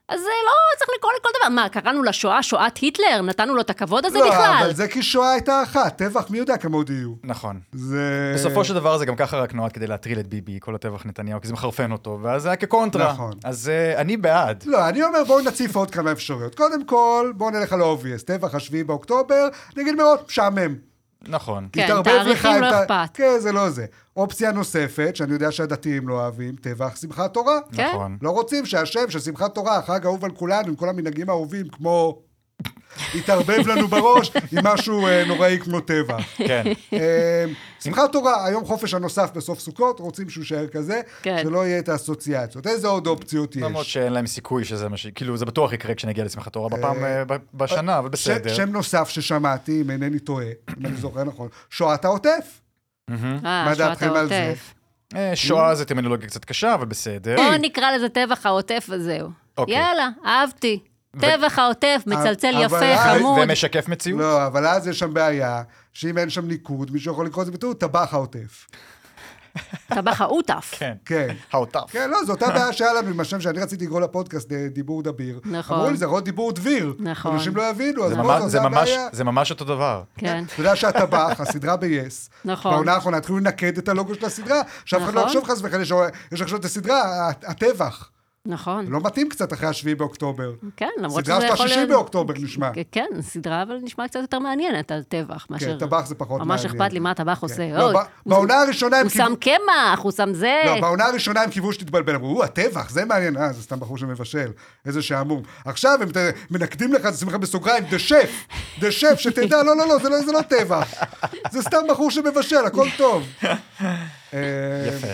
[SPEAKER 3] אז זה לא צריך לקרוא לכל דבר. מה, קראנו לשואה שואת היטלר? נתנו לו את הכבוד הזה
[SPEAKER 1] לא,
[SPEAKER 3] בכלל?
[SPEAKER 1] אבל זה כי שואה הייתה אחת, טבח מי יודע כמה עוד יהיו.
[SPEAKER 4] נכון.
[SPEAKER 1] זה...
[SPEAKER 4] בסופו של דבר זה גם ככה רק נועד כדי להטריל את ביבי, כל הטבח נתניהו, כי זה מחרפן אותו, ואז זה היה כקונטרה.
[SPEAKER 1] נכון.
[SPEAKER 4] אז אה, אני בעד.
[SPEAKER 1] לא, אני אומר בואו נציף עוד כמה אפשרויות. קודם כל, בואו נלך על האובייס. טבח השביעי באוקטובר, נגיד מראש, משעמם.
[SPEAKER 4] נכון.
[SPEAKER 3] כן,
[SPEAKER 1] תתערבב
[SPEAKER 3] תאריכים
[SPEAKER 1] לך עם
[SPEAKER 3] לא
[SPEAKER 1] ת-
[SPEAKER 3] אכפת.
[SPEAKER 1] כן, זה לא זה. אופציה נוספת, שאני יודע שהדתיים לא אוהבים, טבח שמחת תורה.
[SPEAKER 3] כן?
[SPEAKER 4] נכון.
[SPEAKER 1] לא רוצים שהשם של שמחת תורה, החג האהוב על כולנו, עם כל המנהגים האהובים, כמו... יתערבב לנו בראש עם משהו אה, נוראי כמו טבח.
[SPEAKER 4] כן.
[SPEAKER 1] אה, שמחת תורה, היום חופש הנוסף בסוף סוכות, רוצים שהוא יישאר כזה,
[SPEAKER 3] כן.
[SPEAKER 1] שלא יהיה את האסוציאציות. איזה עוד אופציות יש?
[SPEAKER 4] למרות שאין להם סיכוי שזה מה ש... כאילו, זה בטוח יקרה כשנגיע לשמחת תורה בפעם,
[SPEAKER 1] אה,
[SPEAKER 4] אה, ב- בשנה, אבל
[SPEAKER 1] ש-
[SPEAKER 4] בסדר.
[SPEAKER 1] שם נוסף ששמעתי, אם אינני טועה, אם אני זוכר נכון, שואת העוטף.
[SPEAKER 3] אה,
[SPEAKER 1] מה
[SPEAKER 3] שואת
[SPEAKER 1] דעתכם על זה?
[SPEAKER 3] העוטף.
[SPEAKER 4] אה, שואה זה טרמינולוגיה קצת קשה, אבל בסדר.
[SPEAKER 3] בואו נקרא לזה טבח העוטף וזהו.
[SPEAKER 4] אוקיי.
[SPEAKER 3] יאללה, אהבתי. טבח העוטף, מצלצל
[SPEAKER 1] אבל-
[SPEAKER 3] יפה,
[SPEAKER 1] אבל-
[SPEAKER 3] חמוד.
[SPEAKER 4] אה, ומשקף מציאות.
[SPEAKER 1] לא, אבל אז יש שם בעיה, שאם אין שם ניקוד, מישהו יכול לקרוא לזה בטעות טבח העוטף.
[SPEAKER 3] טבח העוטף.
[SPEAKER 4] כן.
[SPEAKER 1] כן.
[SPEAKER 4] האוטף.
[SPEAKER 1] כן, לא, זו אותה בעיה שהיה לנו עם השם שאני רציתי לקרוא לפודקאסט אה, דיבור דביר.
[SPEAKER 3] נכון.
[SPEAKER 1] אמרו לי, זה יכול להיות דיבור דביר.
[SPEAKER 3] נכון.
[SPEAKER 1] אנשים לא יבינו, אז
[SPEAKER 4] זה
[SPEAKER 1] בואו,
[SPEAKER 4] ממש-
[SPEAKER 1] זו
[SPEAKER 4] זה
[SPEAKER 1] אותה
[SPEAKER 4] ממש-
[SPEAKER 1] בעיה.
[SPEAKER 4] זה ממש אותו דבר.
[SPEAKER 3] כן.
[SPEAKER 1] אתה יודע שהטבח, הסדרה ב-yes,
[SPEAKER 3] נכון.
[SPEAKER 1] בעונה האחרונה התחילו לנקד את הלוגו של הסדרה, שאף אחד לא
[SPEAKER 3] נכון.
[SPEAKER 1] יחשוב חס וחלילה, שיש עכשיו את הסדרה, הט- הטבח.
[SPEAKER 3] נכון.
[SPEAKER 1] לא מתאים קצת אחרי השביעי באוקטובר.
[SPEAKER 3] כן, למרות שזה
[SPEAKER 1] סדרה
[SPEAKER 3] יכול
[SPEAKER 1] של
[SPEAKER 3] להיות...
[SPEAKER 1] השישי באוקטובר נשמע.
[SPEAKER 3] כן, סדרה אבל נשמע קצת יותר מעניינת על טבח, מאשר...
[SPEAKER 1] כן, טבח זה פחות
[SPEAKER 3] ממש
[SPEAKER 1] מעניין.
[SPEAKER 3] אכפת לי מה הטבח עושה.
[SPEAKER 1] לא,
[SPEAKER 3] אוי,
[SPEAKER 1] ב-
[SPEAKER 3] הוא-
[SPEAKER 1] בעונה הראשונה הם
[SPEAKER 3] הוא שם קמח, הוא שם זה.
[SPEAKER 1] לא, בעונה הראשונה הם קיוו שתתבלבל, אמרו, הוא הטבח, זה מעניין, אה, זה סתם בחור שמבשל, איזה שעמום. עכשיו הם ת- מנקדים לך, זה שמחה בסוגריים, דה שף, דה שף, שתדע, לא, לא, לא, זה לא- זה לא טבח. זה סתם בחור שמבשל, הכל טוב. אה,
[SPEAKER 4] יפה.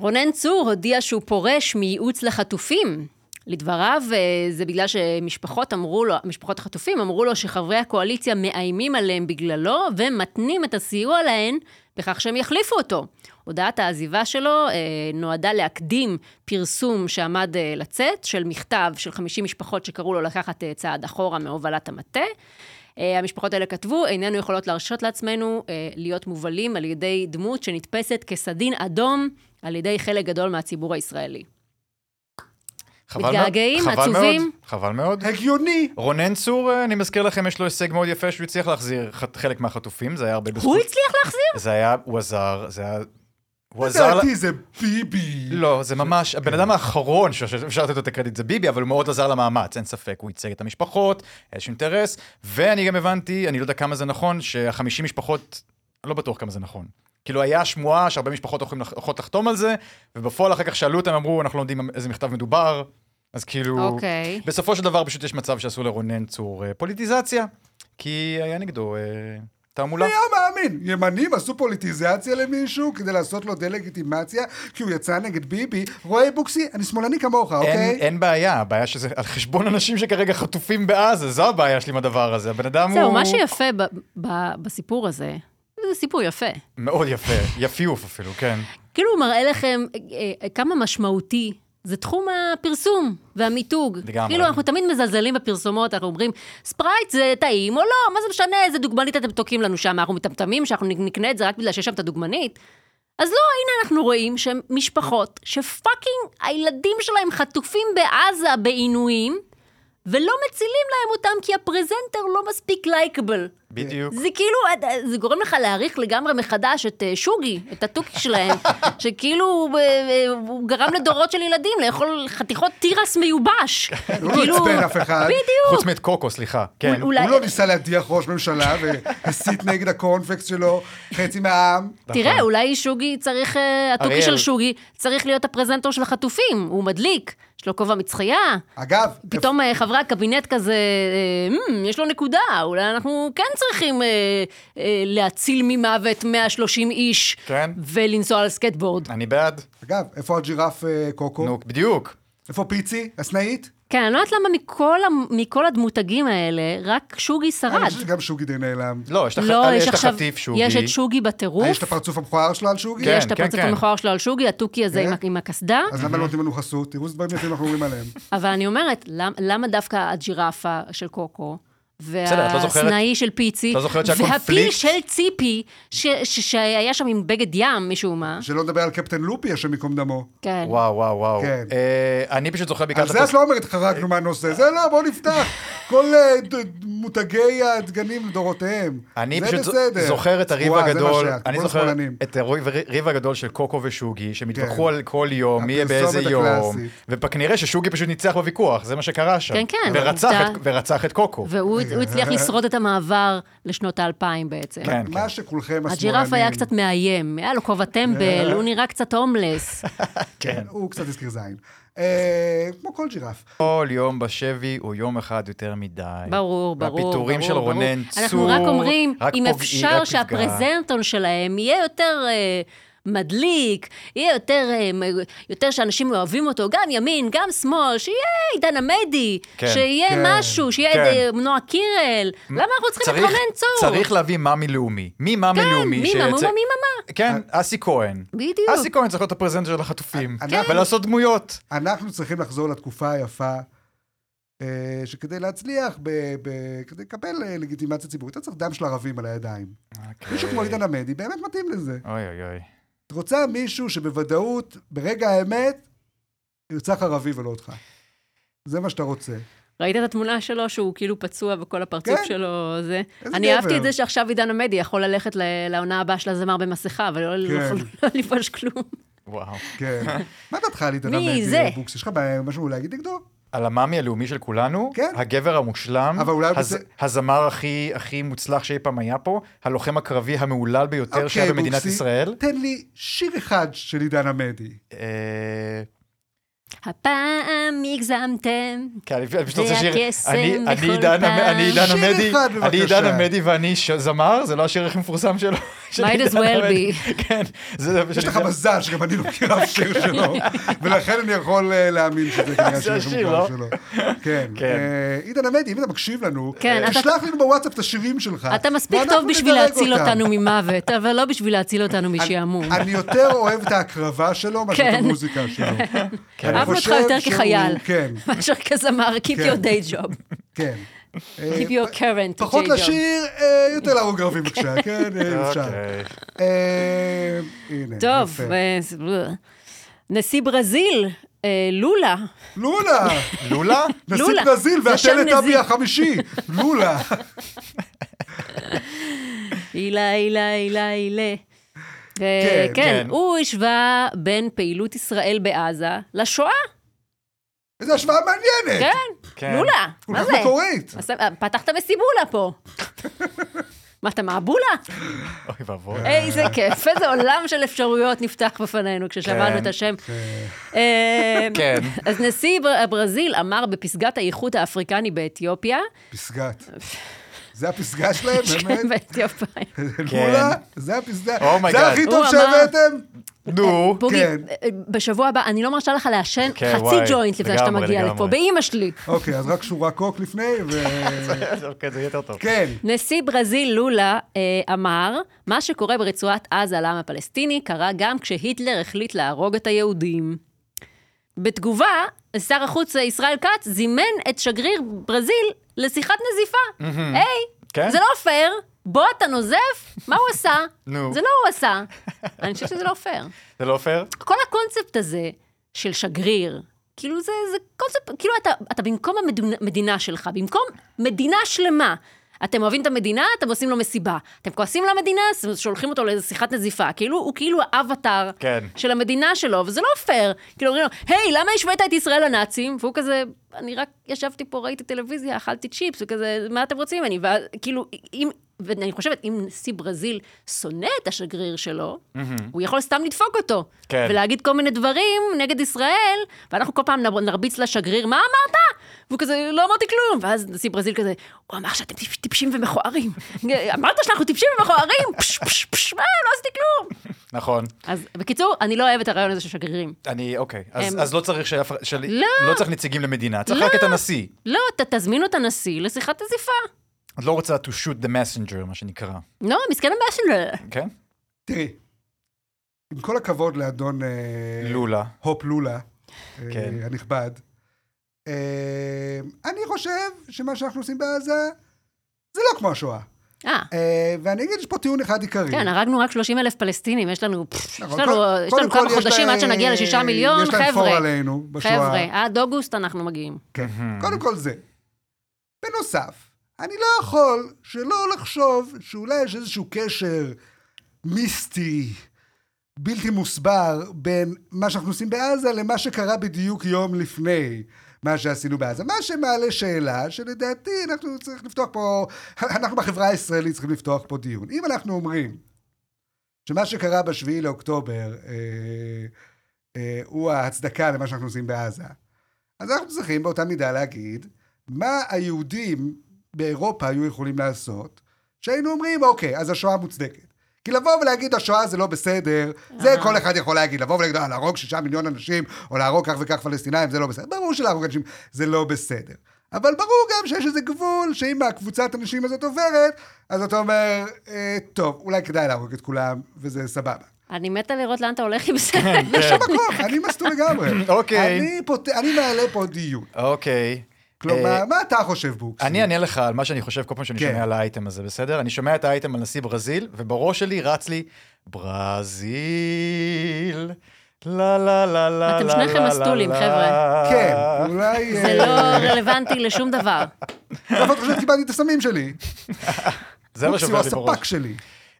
[SPEAKER 3] רונן צור הודיע שהוא פורש מייעוץ לחטופים. לדבריו, אה, זה בגלל שמשפחות אמרו לו, משפחות החטופים אמרו לו שחברי הקואליציה מאיימים עליהם בגללו ומתנים את הסיוע להן בכך שהם יחליפו אותו. הודעת העזיבה שלו אה, נועדה להקדים פרסום שעמד אה, לצאת, של מכתב של 50 משפחות שקראו לו לקחת אה, צעד אחורה מהובלת המטה. אה, המשפחות האלה כתבו, איננו יכולות להרשות לעצמנו אה, להיות מובלים על ידי דמות שנתפסת כסדין אדום על ידי חלק גדול מהציבור הישראלי.
[SPEAKER 4] חבל מאוד.
[SPEAKER 3] מתגעגעים,
[SPEAKER 4] חבל מאוד,
[SPEAKER 3] עצובים.
[SPEAKER 4] חבל מאוד.
[SPEAKER 1] הגיוני.
[SPEAKER 4] רונן צור, אה, אני מזכיר לכם, יש לו הישג מאוד יפה שהוא הצליח להחזיר ח- חלק מהחטופים, זה היה הרבה
[SPEAKER 3] הוא
[SPEAKER 4] בזכות.
[SPEAKER 3] הצליח להחזיר?
[SPEAKER 4] זה היה, הוא עזר, זה היה... הוא עזר... ל-
[SPEAKER 1] לדעתי זה ביבי.
[SPEAKER 4] לא, זה ממש, הבן אדם האחרון שאפשר לתת לו את הקרדיט זה ביבי, אבל הוא מאוד עזר למאמץ, אין ספק, הוא ייצג את המשפחות, היה איזשהו אינטרס, ואני גם הבנתי, אני לא יודע כמה זה נכון, שהחמישים משפחות, אני לא בטוח כמה זה נכון. כאילו, היה שמועה שהרבה משפחות הולכים לח- הולכות לחתום על זה, ובפועל אחר כך שאלו אותם, אמרו, אנחנו לא יודעים איזה מכתב מדובר, אז כאילו,
[SPEAKER 3] אוקיי.
[SPEAKER 4] בסופו של דבר פשוט יש מצב שעשו לרונן צור אה, פוליטיזציה, כי היה נגדו אה, תעמולה.
[SPEAKER 1] היה לא מאמין. ימנים עשו פוליטיזציה למישהו כדי לעשות לו דה-לגיטימציה, כי הוא יצא נגד ביבי. רואה בוקסי, אני שמאלני כמוך,
[SPEAKER 4] אין,
[SPEAKER 1] אוקיי?
[SPEAKER 4] אין בעיה, הבעיה שזה על חשבון אנשים שכרגע חטופים בעזה, זו הבעיה שלי עם הדבר הזה. הבן אדם הוא...
[SPEAKER 3] זהו, מה שיפה ב- ב- בסיפור הזה, זה סיפור יפה.
[SPEAKER 4] מאוד יפה, יפיוף אפילו, כן.
[SPEAKER 3] כאילו הוא מראה לכם אה, אה, כמה משמעותי זה תחום הפרסום והמיתוג.
[SPEAKER 4] לגמרי.
[SPEAKER 3] כאילו, אנחנו תמיד מזלזלים בפרסומות, אנחנו אומרים, ספרייט זה טעים או לא, מה זה משנה איזה דוגמנית אתם תוקעים לנו שם, אנחנו מטמטמים שאנחנו נקנה את זה רק בגלל שיש שם את הדוגמנית. אז לא, הנה אנחנו רואים שמשפחות שפאקינג הילדים שלהם חטופים בעזה בעינויים, ולא מצילים להם אותם כי הפרזנטר לא מספיק לייקבל.
[SPEAKER 4] בדיוק.
[SPEAKER 3] זה כאילו, את- זה גורם לך להעריך לגמרי מחדש את אה, שוגי, את התוכי שלהם, שכאילו אה, אה, הוא גרם לדורות של ילדים לאכול חתיכות תירס מיובש. כאילו,
[SPEAKER 1] הוא לא עצבן אף אחד.
[SPEAKER 4] חוץ מאת קוקו, סליחה. כן.
[SPEAKER 3] אולי-
[SPEAKER 1] הוא לא ניסה להדיח ראש ממשלה והסית נגד הקורנפלקס שלו, חצי מהעם.
[SPEAKER 3] תראה, אולי שוגי צריך, אה, התוכי
[SPEAKER 4] אריאל.
[SPEAKER 3] של שוגי צריך להיות הפרזנטור של החטופים, הוא מדליק, יש לו כובע מצחייה.
[SPEAKER 1] אגב,
[SPEAKER 3] פתאום אה, חברי הקבינט כזה, אה, "מ, יש לו נקודה, אולי אנחנו כן צריכים אה, אה, להציל ממוות 130 איש,
[SPEAKER 4] כן.
[SPEAKER 3] ולנסוע על סקטבורד.
[SPEAKER 4] אני בעד.
[SPEAKER 1] אגב, איפה הג'ירף אה, קוקו?
[SPEAKER 4] נו, בדיוק.
[SPEAKER 1] איפה פיצי? הסנאית?
[SPEAKER 3] כן, אני לא יודעת למה מכל, המ- מכל הדמותגים האלה, רק שוגי
[SPEAKER 1] אני
[SPEAKER 3] שרד.
[SPEAKER 1] חושב שגם שוגי די נעלם.
[SPEAKER 4] לא, יש אה, לך
[SPEAKER 3] לא, יש
[SPEAKER 4] יש לך
[SPEAKER 3] עכשיו,
[SPEAKER 4] חטיף שוגי.
[SPEAKER 3] יש את שוגי
[SPEAKER 1] אה, יש
[SPEAKER 3] בטירוף,
[SPEAKER 1] את הפרצוף המכוער שלו על שוגי?
[SPEAKER 4] כן. אה.
[SPEAKER 3] יש את הפרצוף המכוער שלו על שוגי, התוכי הזה
[SPEAKER 1] כן.
[SPEAKER 3] עם ה- עם הקסדה,
[SPEAKER 1] אז למה לא נותנים לנו חסות? תראו איזה דברים יפים אנחנו אומרים עליהם.
[SPEAKER 3] אבל אני אומרת, למ- למה דווקא הג'ירפה של קוקו?
[SPEAKER 4] בסדר, את לא זוכרת-
[SPEAKER 3] והסנאי של פיצי,
[SPEAKER 4] את לא זוכרת
[SPEAKER 3] והפיל
[SPEAKER 4] שהקונפליקט-
[SPEAKER 3] של ציפי, ש- ש- שהיה שם עם בגד ים, משום מה.
[SPEAKER 1] שלא נדבר על קפטן לופי, השם ייקום דמו.
[SPEAKER 3] כן.
[SPEAKER 4] וואו, וואו, וואו.
[SPEAKER 1] כן.
[SPEAKER 4] אה, אני פשוט זוכר בעיקר...
[SPEAKER 1] על
[SPEAKER 4] את
[SPEAKER 1] זה
[SPEAKER 4] הפרס-
[SPEAKER 1] את לא אומרת חרגנו מהנושא, זה לא, בואו נפתח. כל אה, ד- מותגי הדגנים לדורותיהם.
[SPEAKER 4] אני
[SPEAKER 1] זה
[SPEAKER 4] פשוט זו-
[SPEAKER 1] בסדר.
[SPEAKER 4] זוכר את הריב
[SPEAKER 1] צבועה, זה מה
[SPEAKER 4] הגדול,
[SPEAKER 1] שאת,
[SPEAKER 4] אני
[SPEAKER 1] כולם
[SPEAKER 4] זוכר
[SPEAKER 1] שמאלנים.
[SPEAKER 4] את הריב הריב הגדול של קוקו ושוגי, שהם התווכחו
[SPEAKER 1] כן.
[SPEAKER 4] על כל יום, מי יהיה
[SPEAKER 1] הפרסומת
[SPEAKER 4] באיזה יום,
[SPEAKER 1] הקלאסית.
[SPEAKER 4] וכנראה ששוגי פשוט ניצח בוויכוח, זה מה שקרה שם.
[SPEAKER 3] כן, כן,
[SPEAKER 4] ורצח
[SPEAKER 3] עובדה.
[SPEAKER 4] את- ורצח את קוקו.
[SPEAKER 3] והוא הוא הצליח לשרוד את המעבר לשנות האלפיים בעצם.
[SPEAKER 4] כן, כן.
[SPEAKER 1] מה שכולכם השמאלנים...
[SPEAKER 3] הג'ירף היה קצת מאיים, היה לו כובע
[SPEAKER 4] אה.
[SPEAKER 3] טמבל, הוא נראה קצת הומלס.
[SPEAKER 1] כן. הוא קצת הזכיר זין. אה, כמו כל ג'ירף.
[SPEAKER 4] כל יום בשבי הוא יום אחד יותר מדי.
[SPEAKER 3] ברור, ברור.
[SPEAKER 4] כן. והפיטורים
[SPEAKER 3] ברור,
[SPEAKER 4] של
[SPEAKER 3] ברור.
[SPEAKER 4] רונן צור,
[SPEAKER 3] אנחנו רק אומרים,
[SPEAKER 4] רק
[SPEAKER 3] אם
[SPEAKER 4] פוגעי- רק
[SPEAKER 3] אפשר
[SPEAKER 4] נפגע.
[SPEAKER 3] שהפרזנטון שלהם יהיה יותר... אה, מדליק, יהיה יותר, אה, מ- יותר שאנשים אוהבים אותו, גם ימין, גם שמאל, שיהיה עידן עמדי,
[SPEAKER 4] כן,
[SPEAKER 3] שיהיה
[SPEAKER 1] כן,
[SPEAKER 3] משהו, שיהיה
[SPEAKER 4] כן.
[SPEAKER 3] אה, נועה קירל. למה אנחנו צריכים את רונן צור?
[SPEAKER 4] צריך להביא מאמי לאומי. מי מאמי
[SPEAKER 3] כן,
[SPEAKER 4] לאומי?
[SPEAKER 3] מי מאמא,
[SPEAKER 4] שיצא-
[SPEAKER 3] מי מאמא.
[SPEAKER 4] כן, אסי כהן.
[SPEAKER 3] בדיוק.
[SPEAKER 4] אסי כהן צריך להיות הפרזנטור של החטופים.
[SPEAKER 1] כן.
[SPEAKER 4] ולעשות דמויות.
[SPEAKER 1] אנחנו צריכים לחזור לתקופה היפה, אה, שכדי להצליח, ב- ב- כדי לקבל אה, לגיטימציה ציבורית, אתה צריך דם של ערבים על הידיים. מישהו כמו עידן עמדי באמת מתאים לזה.
[SPEAKER 4] אוי אוי אוי.
[SPEAKER 1] את רוצה מישהו שבוודאות, ברגע האמת, ירצח ערבי ולא אותך. זה מה שאתה רוצה.
[SPEAKER 3] ראית את התמונה שלו שהוא כאילו פצוע וכל הפרצוף
[SPEAKER 1] כן.
[SPEAKER 3] שלו, זה.
[SPEAKER 1] איזה
[SPEAKER 3] אני
[SPEAKER 1] גבר.
[SPEAKER 3] אהבתי את זה שעכשיו עידן עמדי יכול ללכת ל- לעונה הבאה של הזמר במסכה, ולא לא-
[SPEAKER 1] כן.
[SPEAKER 3] לא לפגוש כלום.
[SPEAKER 4] וואו.
[SPEAKER 1] כן. מה דעתך על עידן
[SPEAKER 3] מי
[SPEAKER 1] עמדי?
[SPEAKER 3] זה?
[SPEAKER 1] בוקס, יש לך בעיה- משהו להגיד נגדו?
[SPEAKER 4] על המאמי הלאומי של כולנו,
[SPEAKER 1] כן.
[SPEAKER 4] הגבר המושלם,
[SPEAKER 1] אבל אולי הוא
[SPEAKER 4] הז-
[SPEAKER 1] בסדר-
[SPEAKER 4] הזמר הכי הכי מוצלח שאי פעם היה פה, הלוחם הקרבי המהולל ביותר
[SPEAKER 1] אוקיי,
[SPEAKER 4] לא שהיה במדינת
[SPEAKER 1] בוקסי,
[SPEAKER 4] ישראל.
[SPEAKER 1] תן לי שיר אחד של עידן עמדי.
[SPEAKER 4] אה,
[SPEAKER 3] הפעם הגזמתם.
[SPEAKER 4] כן, אני אני פשוט רוצה
[SPEAKER 3] זה
[SPEAKER 4] שיר,
[SPEAKER 3] הקסם
[SPEAKER 4] אני- אני
[SPEAKER 3] בכל
[SPEAKER 4] עידן עמ-
[SPEAKER 3] פעם.
[SPEAKER 4] אני עידן
[SPEAKER 1] שיר
[SPEAKER 4] עמדי,
[SPEAKER 1] אחד,
[SPEAKER 4] אני
[SPEAKER 1] בבקשה.
[SPEAKER 4] עידן עמדי ואני ש- זמר, זה לא השיר הכי מפורסם שלו. של
[SPEAKER 3] Might as
[SPEAKER 4] עידן
[SPEAKER 3] well
[SPEAKER 4] עמדי. כן, זה
[SPEAKER 1] יש לך מזל שגם אני לא מכיר אף שיר שלו, ולכן אני יכול אה, להאמין שזה כנראה
[SPEAKER 4] זה
[SPEAKER 1] השיר הכי
[SPEAKER 4] השיר,
[SPEAKER 1] מוכר
[SPEAKER 4] לא?
[SPEAKER 1] שלו. כן.
[SPEAKER 4] כן.
[SPEAKER 1] אה, עידן עמדי, אם אתה מקשיב לנו,
[SPEAKER 3] כן, אתה-
[SPEAKER 1] תשלח לנו בוואטסאפ את השירים שלך.
[SPEAKER 3] אתה מספיק
[SPEAKER 1] אה, ואנחנו
[SPEAKER 3] טוב בשביל
[SPEAKER 1] נדרג
[SPEAKER 3] להציל
[SPEAKER 1] אותם.
[SPEAKER 3] אותנו ממוות, אבל לא בשביל להציל אותנו משעמום.
[SPEAKER 1] אני יותר אוהב את ההקרבה שלו מאשר את
[SPEAKER 3] כן.
[SPEAKER 1] המוזיקה שלו. כן. אני
[SPEAKER 3] אהבנו אותך
[SPEAKER 1] חושב
[SPEAKER 3] יותר
[SPEAKER 1] שהוא-
[SPEAKER 3] כחייל.
[SPEAKER 1] כן,
[SPEAKER 3] מאשר כזמר, keep
[SPEAKER 1] כן.
[SPEAKER 3] your day job.
[SPEAKER 1] כן. אה,
[SPEAKER 3] keep your current
[SPEAKER 1] פחות
[SPEAKER 3] day job.
[SPEAKER 1] לשיר, אה, יותר להרוג ערבים בבקשה, כן, אה, אפשר.
[SPEAKER 4] אוקיי.
[SPEAKER 1] אה, הנה,
[SPEAKER 3] טוב,
[SPEAKER 1] יפה.
[SPEAKER 3] אה, זה- אה. נשיא ברזיל, אה, לולה,
[SPEAKER 1] לולה!
[SPEAKER 4] לולה?
[SPEAKER 1] נשיא
[SPEAKER 3] לולה.
[SPEAKER 1] ברזיל
[SPEAKER 3] זה שם
[SPEAKER 1] והטלטאבי
[SPEAKER 3] נזיר.
[SPEAKER 1] החמישי, לולה.
[SPEAKER 3] הילה, הילה, הילה, הילה. כן,
[SPEAKER 4] כן.
[SPEAKER 3] כן, הוא השווה בין פעילות ישראל בעזה לשואה,
[SPEAKER 1] איזו השוואה מעניינת.
[SPEAKER 3] כן?
[SPEAKER 4] כן.
[SPEAKER 3] לולה,
[SPEAKER 1] כל
[SPEAKER 3] מה
[SPEAKER 1] כך
[SPEAKER 3] זה? אה,
[SPEAKER 1] מקורית.
[SPEAKER 3] עשה- פתחת מסיבולה פה. מה, אתה מעבולה?
[SPEAKER 4] אוי ואבוי.
[SPEAKER 3] איזה כיף, איזה עולם של אפשרויות נפתח בפנינו כששמענו
[SPEAKER 4] כן,
[SPEAKER 3] את השם. אה,
[SPEAKER 4] כן.
[SPEAKER 3] אז נשיא בר- ברזיל אמר בפסגת האיחוד האפריקני באתיופיה,
[SPEAKER 1] פסגת. זה הפסגה שלהם,
[SPEAKER 3] כן,
[SPEAKER 1] באמת?
[SPEAKER 3] באתיופיה.
[SPEAKER 4] כן.
[SPEAKER 1] לולה, זה הפסגה.
[SPEAKER 4] Oh my
[SPEAKER 1] זה הכי
[SPEAKER 4] God.
[SPEAKER 1] טוב
[SPEAKER 3] כן. הוא אמר-
[SPEAKER 1] שהבאתם?
[SPEAKER 4] נו.
[SPEAKER 3] בוגי,
[SPEAKER 1] כן.
[SPEAKER 3] אה, בשבוע הבא, אני לא מרשה לך לעשן
[SPEAKER 4] כן,
[SPEAKER 3] חצי
[SPEAKER 4] וואי,
[SPEAKER 3] ג'וינט לפני שאתה
[SPEAKER 4] לגמרי,
[SPEAKER 3] מגיע
[SPEAKER 4] לגמרי.
[SPEAKER 3] לפה, באימא שלי.
[SPEAKER 1] אוקיי, אז רק שורה קוק לפני, ו...
[SPEAKER 4] אוקיי, זה יהיה יותר טוב.
[SPEAKER 1] כן.
[SPEAKER 3] נשיא ברזיל לולה אה, אמר, מה שקורה ברצועת עזה לעם הפלסטיני קרה גם כשהיטלר החליט להרוג את היהודים. בתגובה, שר החוץ אה, ישראל כץ זימן את שגריר ברזיל לשיחת נזיפה. היי,
[SPEAKER 4] כן?
[SPEAKER 3] זה לא פייר, בוא אתה נוזף, מה הוא עשה?
[SPEAKER 4] נו.
[SPEAKER 3] זה לא הוא עשה. אני חושבת שזה לא פייר.
[SPEAKER 4] זה לא פייר?
[SPEAKER 3] כל הקונספט הזה של שגריר, כאילו זה, זה קונספט, כאילו אתה, אתה במקום המדינה שלך, במקום מדינה שלמה. אתם אוהבים את המדינה, אתם עושים לו מסיבה. אתם כועסים למדינה, אז שולחים אותו לאיזו שיחת נזיפה. כאילו, הוא כאילו האבטאר
[SPEAKER 4] כן.
[SPEAKER 3] של המדינה שלו, וזה לא פייר. כאילו אומרים לו, היי, למה השווית את ישראל לנאצים? והוא כזה, אני רק ישבתי פה, ראיתי טלוויזיה, אכלתי צ'יפס, וכזה, מה אתם רוצים ממני? ואז, כאילו, אם, ואני חושבת, אם נשיא ברזיל שונא את השגריר שלו, הוא יכול סתם לדפוק אותו.
[SPEAKER 4] כן.
[SPEAKER 3] ולהגיד כל מיני דברים נגד ישראל, ואנחנו כל פעם נב- נרביץ לשגריר, מה אמרת? והוא כזה, לא אמרתי כלום. ואז נשיא ברזיל כזה, הוא אמר שאתם טיפ- טיפשים ומכוערים. אמרת שאנחנו טיפשים ומכוערים? פש, פש, פש, מה, לא עשיתי כלום.
[SPEAKER 4] נכון.
[SPEAKER 3] אז בקיצור, אני לא אוהבת את הרעיון הזה של שגרירים.
[SPEAKER 4] אני, אוקיי. אז-
[SPEAKER 3] אמ,
[SPEAKER 4] אז לא צריך שאף- של-
[SPEAKER 3] לא.
[SPEAKER 4] לא צריך נציגים למדינה, צריך
[SPEAKER 3] לא.
[SPEAKER 4] רק את הנשיא.
[SPEAKER 3] לא, ת, תזמינו את הנשיא לשיחת נזיפה.
[SPEAKER 4] את לא רוצה to shoot the messenger, מה שנקרא.
[SPEAKER 3] לא, מסכן הבעיה שלו.
[SPEAKER 4] כן?
[SPEAKER 1] תראי, עם כל הכבוד לאדון אה,
[SPEAKER 4] לולה.
[SPEAKER 1] הופ לולה,
[SPEAKER 4] כן.
[SPEAKER 1] כן. הנכבד, אה, אני חושב שמה שאנחנו עושים בעזה זה לא כמו השואה.
[SPEAKER 3] אה,
[SPEAKER 1] אה, ואני אגיד, יש פה טיעון אחד עיקרי.
[SPEAKER 3] כן, הרגנו רק 30 אלף פלסטינים, יש לנו, פפ, יש
[SPEAKER 1] נכון,
[SPEAKER 3] לנו,
[SPEAKER 1] קוד-
[SPEAKER 3] יש
[SPEAKER 1] קודם
[SPEAKER 3] לנו
[SPEAKER 1] כל
[SPEAKER 3] כמה
[SPEAKER 1] יש
[SPEAKER 3] חודשים
[SPEAKER 1] להם-
[SPEAKER 3] עד שנגיע לשישה מיליון,
[SPEAKER 1] יש להם פור
[SPEAKER 3] חבר'ה.
[SPEAKER 1] עלינו בשואה.
[SPEAKER 3] חבר'ה, עד אוגוסט אנחנו מגיעים.
[SPEAKER 1] כן.
[SPEAKER 4] Mhm.
[SPEAKER 1] קודם כל זה. בנוסף, אני לא יכול שלא לחשוב שאולי יש איזשהו קשר מיסטי, בלתי מוסבר, בין מה שאנחנו עושים בעזה למה שקרה בדיוק יום לפני. מה שעשינו בעזה. מה שמעלה שאלה, שלדעתי אנחנו צריכים לפתוח פה, אנחנו בחברה הישראלית צריכים לפתוח פה דיון. אם אנחנו אומרים שמה שקרה בשביעי לאוקטובר אה, אה, הוא ההצדקה למה שאנחנו עושים בעזה, אז אנחנו צריכים באותה מידה להגיד מה היהודים באירופה היו יכולים לעשות, שהיינו אומרים, אוקיי, אז השואה מוצדקת. כי לבוא ולהגיד השואה זה לא בסדר, זה
[SPEAKER 3] אה.
[SPEAKER 1] כל אחד יכול להגיד. לבוא ולהגיד, "אה, להרוג שישה מיליון אנשים, או להרוג כך וכך פלסטינאים, זה לא בסדר. ברור שלהרוג אנשים זה לא בסדר. אבל ברור גם שיש איזה גבול, שאם הקבוצת הנשים הזאת עוברת, אז אתה אומר, אה, טוב, אולי כדאי להרוג את כולם, וזה סבבה.
[SPEAKER 3] אני מתה לראות לאן אתה הולך עם זה.
[SPEAKER 1] בשום מקום, אני מסטול לגמרי.
[SPEAKER 4] אוקיי.
[SPEAKER 1] אני פות- אני מעלה פה דיון.
[SPEAKER 4] אוקיי.
[SPEAKER 1] כלומר,
[SPEAKER 4] אה,
[SPEAKER 1] מה אתה חושב, בוקס?
[SPEAKER 4] אני אענה לך על מה שאני חושב כל פעם שאני
[SPEAKER 1] כן.
[SPEAKER 4] שומע על האייטם הזה, בסדר? אני שומע את האייטם על נשיא ברזיל, ובראש שלי רץ לי, ברזיל, לה לה לה לה
[SPEAKER 3] אתם
[SPEAKER 4] לה
[SPEAKER 3] שניכם
[SPEAKER 4] לה,
[SPEAKER 3] מסטולים,
[SPEAKER 4] לה, אה,
[SPEAKER 3] חבר'ה.
[SPEAKER 4] לה.
[SPEAKER 1] כן, אולי...
[SPEAKER 3] זה לא רלוונטי לשום דבר.
[SPEAKER 1] אבל את חושבת שקיבלתי את הסמים שלי.
[SPEAKER 4] זה מה
[SPEAKER 1] בוקס
[SPEAKER 4] שעובר
[SPEAKER 1] הוא
[SPEAKER 4] לי בראש.
[SPEAKER 1] הספק שלי.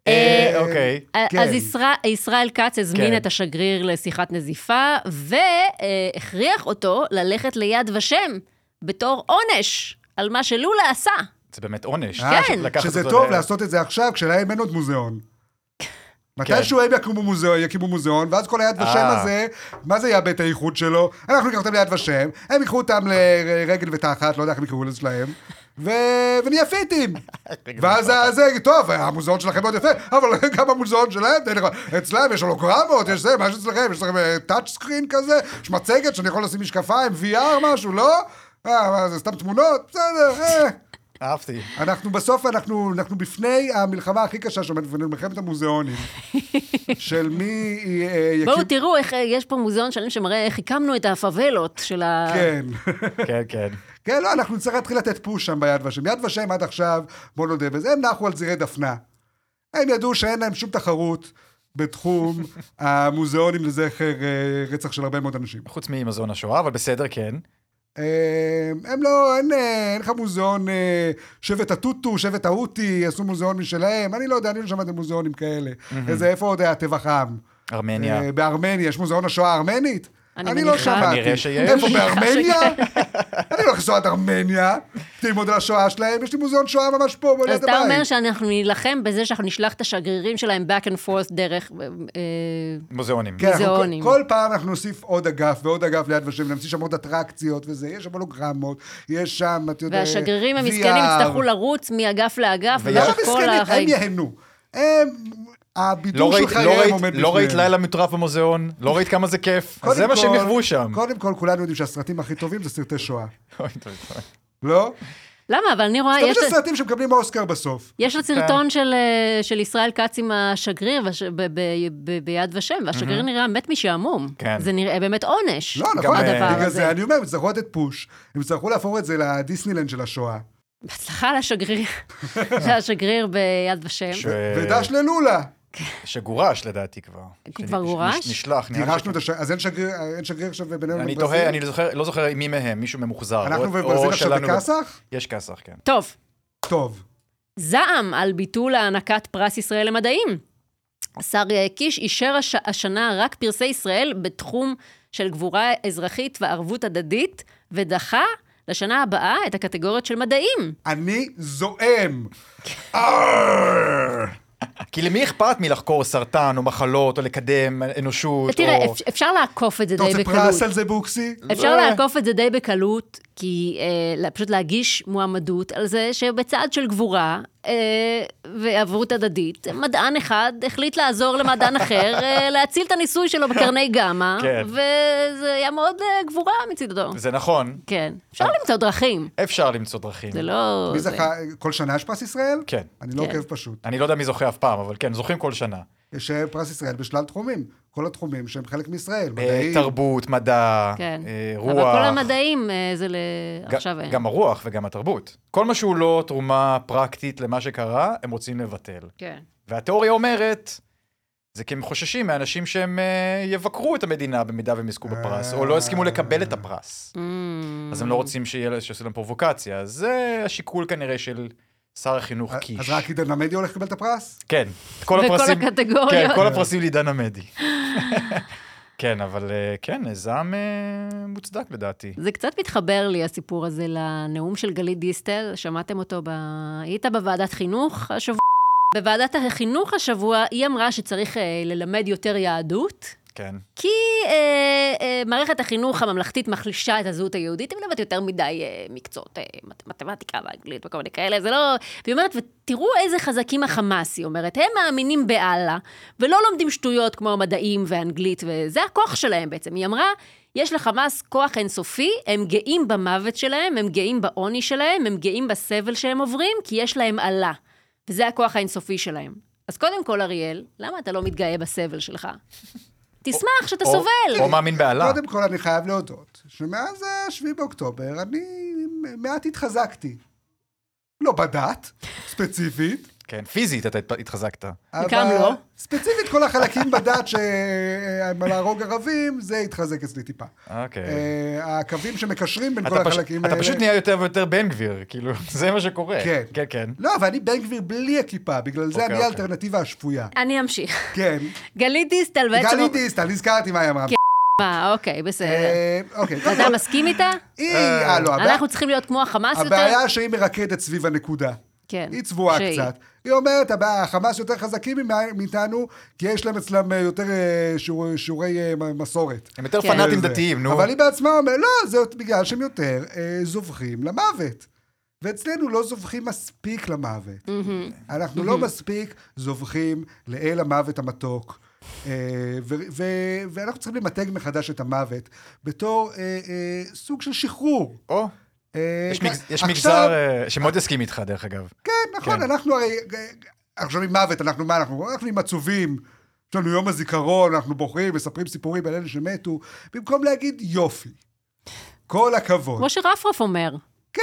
[SPEAKER 4] אה, אוקיי.
[SPEAKER 1] כן.
[SPEAKER 3] אז ישראל- ישראל כץ
[SPEAKER 4] כן.
[SPEAKER 3] הזמין את השגריר לשיחת נזיפה, והכריח אותו ללכת ליד ושם בתור עונש על מה שלולה עשה.
[SPEAKER 4] זה באמת עונש.
[SPEAKER 1] אה,
[SPEAKER 3] כן.
[SPEAKER 4] לקחת
[SPEAKER 1] שזה
[SPEAKER 4] אותו
[SPEAKER 1] טוב
[SPEAKER 4] ל-
[SPEAKER 1] לעשות את זה עכשיו, כשלהם אין עוד מוזיאון. מתישהו הם יקימו מוזיאון, יקימו מוזיאון, ואז כל היד ושם
[SPEAKER 4] כן. אה.
[SPEAKER 1] הזה, מה זה יהיה בית האיחוד שלו? אנחנו ניקח אותם ליד ושם, הם יקחו אותם לרגל ותחת, לא יודע איך הם יקראו לזה שלהם, ו- ונהיה פיטים. ואז
[SPEAKER 4] אה,
[SPEAKER 1] ה- זה, טוב, המוזיאון שלכם מאוד יפה, אבל גם המוזיאון שלהם, תן לך, אצלם יש הולוגרמות, יש זה, מה שיש אצלכם, יש לכם טאצ' סקרין כזה, יש מצגת שאני יכול לשים משקפיים, VR משהו, לא? אה, מה זה סתם תמונות? בסדר, אה.
[SPEAKER 4] אהבתי.
[SPEAKER 1] אנחנו בסוף, אנחנו, אנחנו בפני המלחמה הכי קשה שעומדת בפנינו, מלחמת המוזיאונים. של מי אה, יקים...
[SPEAKER 3] בואו תראו איך אה, יש פה מוזיאון שלם שמראה איך הקמנו את הפאבלות של ה...
[SPEAKER 1] כן.
[SPEAKER 4] כן, כן.
[SPEAKER 1] כן, לא, אנחנו נצטרך להתחיל לתת פוש שם ביד ושם. יד ושם עד עכשיו, בוא נודה בזה, הם נחו על זירי דפנה. הם ידעו שאין להם שום תחרות בתחום המוזיאונים לזכר אה, רצח של הרבה מאוד אנשים.
[SPEAKER 4] חוץ ממזון השואה, אבל בסדר, כן.
[SPEAKER 1] אה, הם לא, אין, אה, אין לך מוזיאון אה, שבט הטוטו, שבט ההוטי, עשו מוזיאון משלהם, אני לא יודע, אני לא שמעתי מוזיאונים כאלה. איזה, איפה עוד היה טבח העם?
[SPEAKER 4] ארמניה.
[SPEAKER 1] אה, בארמניה, יש מוזיאון השואה הארמנית?
[SPEAKER 3] אני
[SPEAKER 1] אני לא
[SPEAKER 3] מניחה.
[SPEAKER 1] שמעתי.
[SPEAKER 4] כנראה שיש.
[SPEAKER 1] איפה,
[SPEAKER 3] אני מניחה
[SPEAKER 1] בארמניה? אני לא הולך עד ארמניה, ללמוד על השואה שלהם, יש לי מוזיאון שואה ממש פה,
[SPEAKER 3] אז
[SPEAKER 1] ליד
[SPEAKER 3] אתה אומר
[SPEAKER 1] הבית.
[SPEAKER 3] שאנחנו נילחם בזה שאנחנו נשלח את השגרירים שלהם back and forth דרך... אה, אה,
[SPEAKER 4] מוזיאונים. לא
[SPEAKER 1] כן, אנחנו
[SPEAKER 3] מוזיאונים.
[SPEAKER 1] כל- כל פעם אנחנו נוסיף עוד אגף ועוד אגף ליד ושם, נמציא שם עוד אטרקציות וזה, יש שם הולוגרמות, יש שם, את יודעת,
[SPEAKER 3] והשגרירים
[SPEAKER 1] VR.
[SPEAKER 3] המסכנים יצטרכו לרוץ מאגף לאגף,
[SPEAKER 4] ויש
[SPEAKER 1] לא
[SPEAKER 3] ולא כל
[SPEAKER 1] מסכנים, הם
[SPEAKER 3] החיים.
[SPEAKER 1] ייהנו. הם,
[SPEAKER 4] לא
[SPEAKER 1] הבידור של
[SPEAKER 4] ראית- לא
[SPEAKER 1] חייהם
[SPEAKER 4] ראית-
[SPEAKER 1] עומד בפניהם.
[SPEAKER 4] לא ראית לילה מטורף במוזיאון, לא ראית כמה זה כיף. אז
[SPEAKER 1] קודם
[SPEAKER 4] זה מה שהם
[SPEAKER 1] כל-
[SPEAKER 4] יחוו שם.
[SPEAKER 1] קודם כל, כולנו יודעים שהסרטים הכי טובים זה סרטי שואה.
[SPEAKER 4] אוי, אוי, אוי.
[SPEAKER 1] לא?
[SPEAKER 3] למה? אבל אני רואה,
[SPEAKER 1] תמיד
[SPEAKER 3] אה, יש-
[SPEAKER 1] יש סרטים שמקבלים אוסקר בסוף.
[SPEAKER 3] יש לה סרטון של, אה, של ישראל כץ עם השגריר והש- ב- ב- ב- ביד ושם, והשגריר נראה מת משעמום.
[SPEAKER 4] כן.
[SPEAKER 3] זה נראה באמת עונש,
[SPEAKER 1] לא,
[SPEAKER 4] גם אה,
[SPEAKER 1] נכון,
[SPEAKER 3] הדבר
[SPEAKER 1] בגלל
[SPEAKER 3] הזה.
[SPEAKER 1] זה אני אומר, הם יצטרכו לתת פוש, הם יצטרכו להפוך את זה לדיסנילנד של השואה.
[SPEAKER 3] בהצלחה לשגריר, לשגריר ביד ושם.
[SPEAKER 4] ש-
[SPEAKER 1] ודש ללולה.
[SPEAKER 4] שגורש לדעתי כבר.
[SPEAKER 3] כבר
[SPEAKER 4] שנ- שנ-
[SPEAKER 3] גורש?
[SPEAKER 4] נשלח. נראה לי
[SPEAKER 1] גירשנו
[SPEAKER 4] שכן.
[SPEAKER 1] את השגריר, אז אין שגריר אין שגריר עכשיו בינינו
[SPEAKER 4] אני
[SPEAKER 1] לברזיל?
[SPEAKER 4] תוהה, אני לא זוכר- לא זוכר מי מהם, מישהו ממוחזר.
[SPEAKER 1] אנחנו
[SPEAKER 4] או-
[SPEAKER 1] וברזיל
[SPEAKER 4] או
[SPEAKER 1] עכשיו
[SPEAKER 4] שלנו ב-
[SPEAKER 1] בכסח?
[SPEAKER 4] יש כסח, כן.
[SPEAKER 3] טוב,
[SPEAKER 1] טוב.
[SPEAKER 3] זעם על ביטול הענקת פרס ישראל למדעים. השר אה, קיש אישר הש... השנה רק פרסי ישראל בתחום של גבורה אזרחית וערבות הדדית, ודחה לשנה הבאה את הקטגוריות של מדעים.
[SPEAKER 1] אני זועם. אררר.
[SPEAKER 4] כי למי אכפת מלחקור סרטן או מחלות או לקדם אנושות?
[SPEAKER 3] תראה,
[SPEAKER 4] או-
[SPEAKER 3] אפ... אפשר לעקוף את זה
[SPEAKER 1] אתה
[SPEAKER 3] די
[SPEAKER 1] רוצה
[SPEAKER 3] בקלות.
[SPEAKER 1] פרס על זה, בוקסי?
[SPEAKER 4] לא-
[SPEAKER 3] אפשר לעקוף את זה די בקלות, כי אה, לה- פשוט להגיש מועמדות על זה שבצעד של גבורה אה, ועברות הדדית, מדען אחד החליט לעזור למדען אחר אה, להציל את הניסוי שלו בקרני גמא,
[SPEAKER 4] כן.
[SPEAKER 3] וזה היה מאוד אה, גבורה מצידו.
[SPEAKER 4] זה נכון,
[SPEAKER 3] כן, אפשר למצוא דרכים,
[SPEAKER 4] אפשר למצוא דרכים.
[SPEAKER 3] זה לא...
[SPEAKER 1] מי
[SPEAKER 3] זה-
[SPEAKER 1] זכה? כל שנה יש פרס ישראל?
[SPEAKER 4] כן.
[SPEAKER 1] אני לא
[SPEAKER 3] כן.
[SPEAKER 1] עוקב פשוט.
[SPEAKER 4] אני לא יודע מי זוכה אף פעם, אבל כן, זוכים כל שנה.
[SPEAKER 1] יש אה, פרס ישראל בשלל תחומים. כל התחומים שהם חלק מישראל.
[SPEAKER 4] אה,
[SPEAKER 1] מדעים.
[SPEAKER 4] תרבות, מדע,
[SPEAKER 3] כן.
[SPEAKER 4] אה, רוח.
[SPEAKER 3] אבל כל המדעים אה, זה ל...
[SPEAKER 4] ג-
[SPEAKER 3] עכשיו אין.
[SPEAKER 4] גם הרוח וגם התרבות. כל מה שהוא לא תרומה פרקטית למה שקרה, הם רוצים לבטל.
[SPEAKER 3] כן.
[SPEAKER 4] והתיאוריה אומרת, זה כי הם חוששים מאנשים שהם אה, יבקרו את המדינה במידה והם יזכו בפרס, או
[SPEAKER 1] אה.
[SPEAKER 4] לא יסכימו לקבל את הפרס.
[SPEAKER 3] Mm.
[SPEAKER 4] אז הם לא רוצים שיהיה- שיעשו להם פרובוקציה. אז זה השיקול כנראה של שר החינוך
[SPEAKER 1] אז-
[SPEAKER 4] קיש.
[SPEAKER 1] אה, אז רק עידן עמדי הולך לקבל את הפרס?
[SPEAKER 4] כן, את כל
[SPEAKER 3] וכל
[SPEAKER 4] הפרסים...
[SPEAKER 3] הקטגוריות.
[SPEAKER 4] כן, כל הפרסים לעידן עמדי. כן, אבל אה, כן, זעם אה, מוצדק לדעתי.
[SPEAKER 3] זה קצת מתחבר לי, הסיפור הזה, לנאום של גלית דיסטל, שמעתם אותו ב... היית בוועדת חינוך השבוע? בוועדת החינוך השבוע היא אמרה שצריך אה, ללמד יותר יהדות,
[SPEAKER 4] כן.
[SPEAKER 3] כי אה, אה, מערכת החינוך הממלכתית מחלישה את הזהות היהודית, היא מלמדת יותר מדי אה, מקצועות, אה, מת- מתמטיקה ואנגלית וכל מיני כאלה, זה לא... והיא אומרת, ותראו איזה חזקים החמאס, היא אומרת, הם מאמינים באללה, ולא לומדים שטויות כמו מדעים ואנגלית, וזה הכוח שלהם בעצם. היא אמרה, יש לחמאס כוח אינסופי, הם גאים במוות שלהם, הם גאים בעוני שלהם, הם גאים בסבל שהם עוברים, כי יש להם אללה. וזה הכוח האינסופי שלהם. אז קודם כל, אריאל, למה אתה לא מתגאה בסבל שלך? תשמח שאתה
[SPEAKER 4] או-
[SPEAKER 3] סובל.
[SPEAKER 4] או מאמין באללה.
[SPEAKER 1] קודם כל, אני חייב להודות שמאז ה-7 באוקטובר אני מעט התחזקתי. לא בדת, ספציפית.
[SPEAKER 4] כן, פיזית אתה התפ- התחזקת.
[SPEAKER 1] אבל-
[SPEAKER 3] גם לא.
[SPEAKER 1] ספציפית, כל החלקים בדת שלהרוג ערבים, זה התחזק אצלי טיפה.
[SPEAKER 4] אוקיי.
[SPEAKER 1] אה, הקווים שמקשרים בין
[SPEAKER 4] אתה
[SPEAKER 1] כל
[SPEAKER 4] פש-
[SPEAKER 1] החלקים האלה...
[SPEAKER 4] אתה פשוט נהיה יותר ויותר בן גביר, כאילו, זה מה שקורה.
[SPEAKER 1] כן.
[SPEAKER 4] כן, כן.
[SPEAKER 1] לא, אבל אני בן גביר בלי הכיפה, בגלל זה
[SPEAKER 4] אוקיי,
[SPEAKER 1] אני
[SPEAKER 4] אוקיי.
[SPEAKER 1] האלטרנטיבה השפויה.
[SPEAKER 3] אני אמשיך.
[SPEAKER 1] כן.
[SPEAKER 3] גלית דיסטל בעצם...
[SPEAKER 1] גלי דיסטל, נזכרתי מה היא אמרה.
[SPEAKER 4] כן.
[SPEAKER 3] מה, אוקיי, בסדר.
[SPEAKER 1] אה, אוקיי, קודם
[SPEAKER 3] אתה
[SPEAKER 1] כל,
[SPEAKER 3] מסכים איתה?
[SPEAKER 1] היא... אה, לא, הבעיה-
[SPEAKER 3] אנחנו צריכים להיות כמו החמאס יותר?
[SPEAKER 1] הבעיה שהיא מרקדת סביב הנקודה.
[SPEAKER 3] כן.
[SPEAKER 1] היא צבועה
[SPEAKER 3] שהיא.
[SPEAKER 1] קצת. היא אומרת, הבעיה, החמאס יותר חזקים ממ- מאיתנו, כי יש להם אצלם אה, יותר אה, שיעור- שיעורי אה, מ- מסורת.
[SPEAKER 4] הם יותר
[SPEAKER 3] כן.
[SPEAKER 4] פנאטים
[SPEAKER 1] זה.
[SPEAKER 4] דתיים, נו.
[SPEAKER 1] אבל היא בעצמה אומרת, לא, זה בגלל שהם יותר אה, זובחים למוות. ואצלנו לא זובחים מספיק למוות. אנחנו לא מספיק זובחים לאל המוות המתוק. אה, ו- ו- ואנחנו צריכים למתג מחדש את המוות בתור אה, אה, סוג של שחרור.
[SPEAKER 4] או,
[SPEAKER 1] אה,
[SPEAKER 4] יש
[SPEAKER 1] כ-
[SPEAKER 4] מגז- יש
[SPEAKER 1] עכשיו-
[SPEAKER 4] מגזר אה, שמאוד יסכים איתך, דרך אגב.
[SPEAKER 1] כן, נכון,
[SPEAKER 4] כן.
[SPEAKER 1] אנחנו הרי... עכשיו עם מוות, אנחנו מה אנחנו? אנחנו עם עצובים. יש לנו יום הזיכרון, אנחנו בוחרים, מספרים סיפורים על אלה שמתו, במקום להגיד יופי. כל הכבוד.
[SPEAKER 3] כמו שרפרף אומר.
[SPEAKER 1] כן,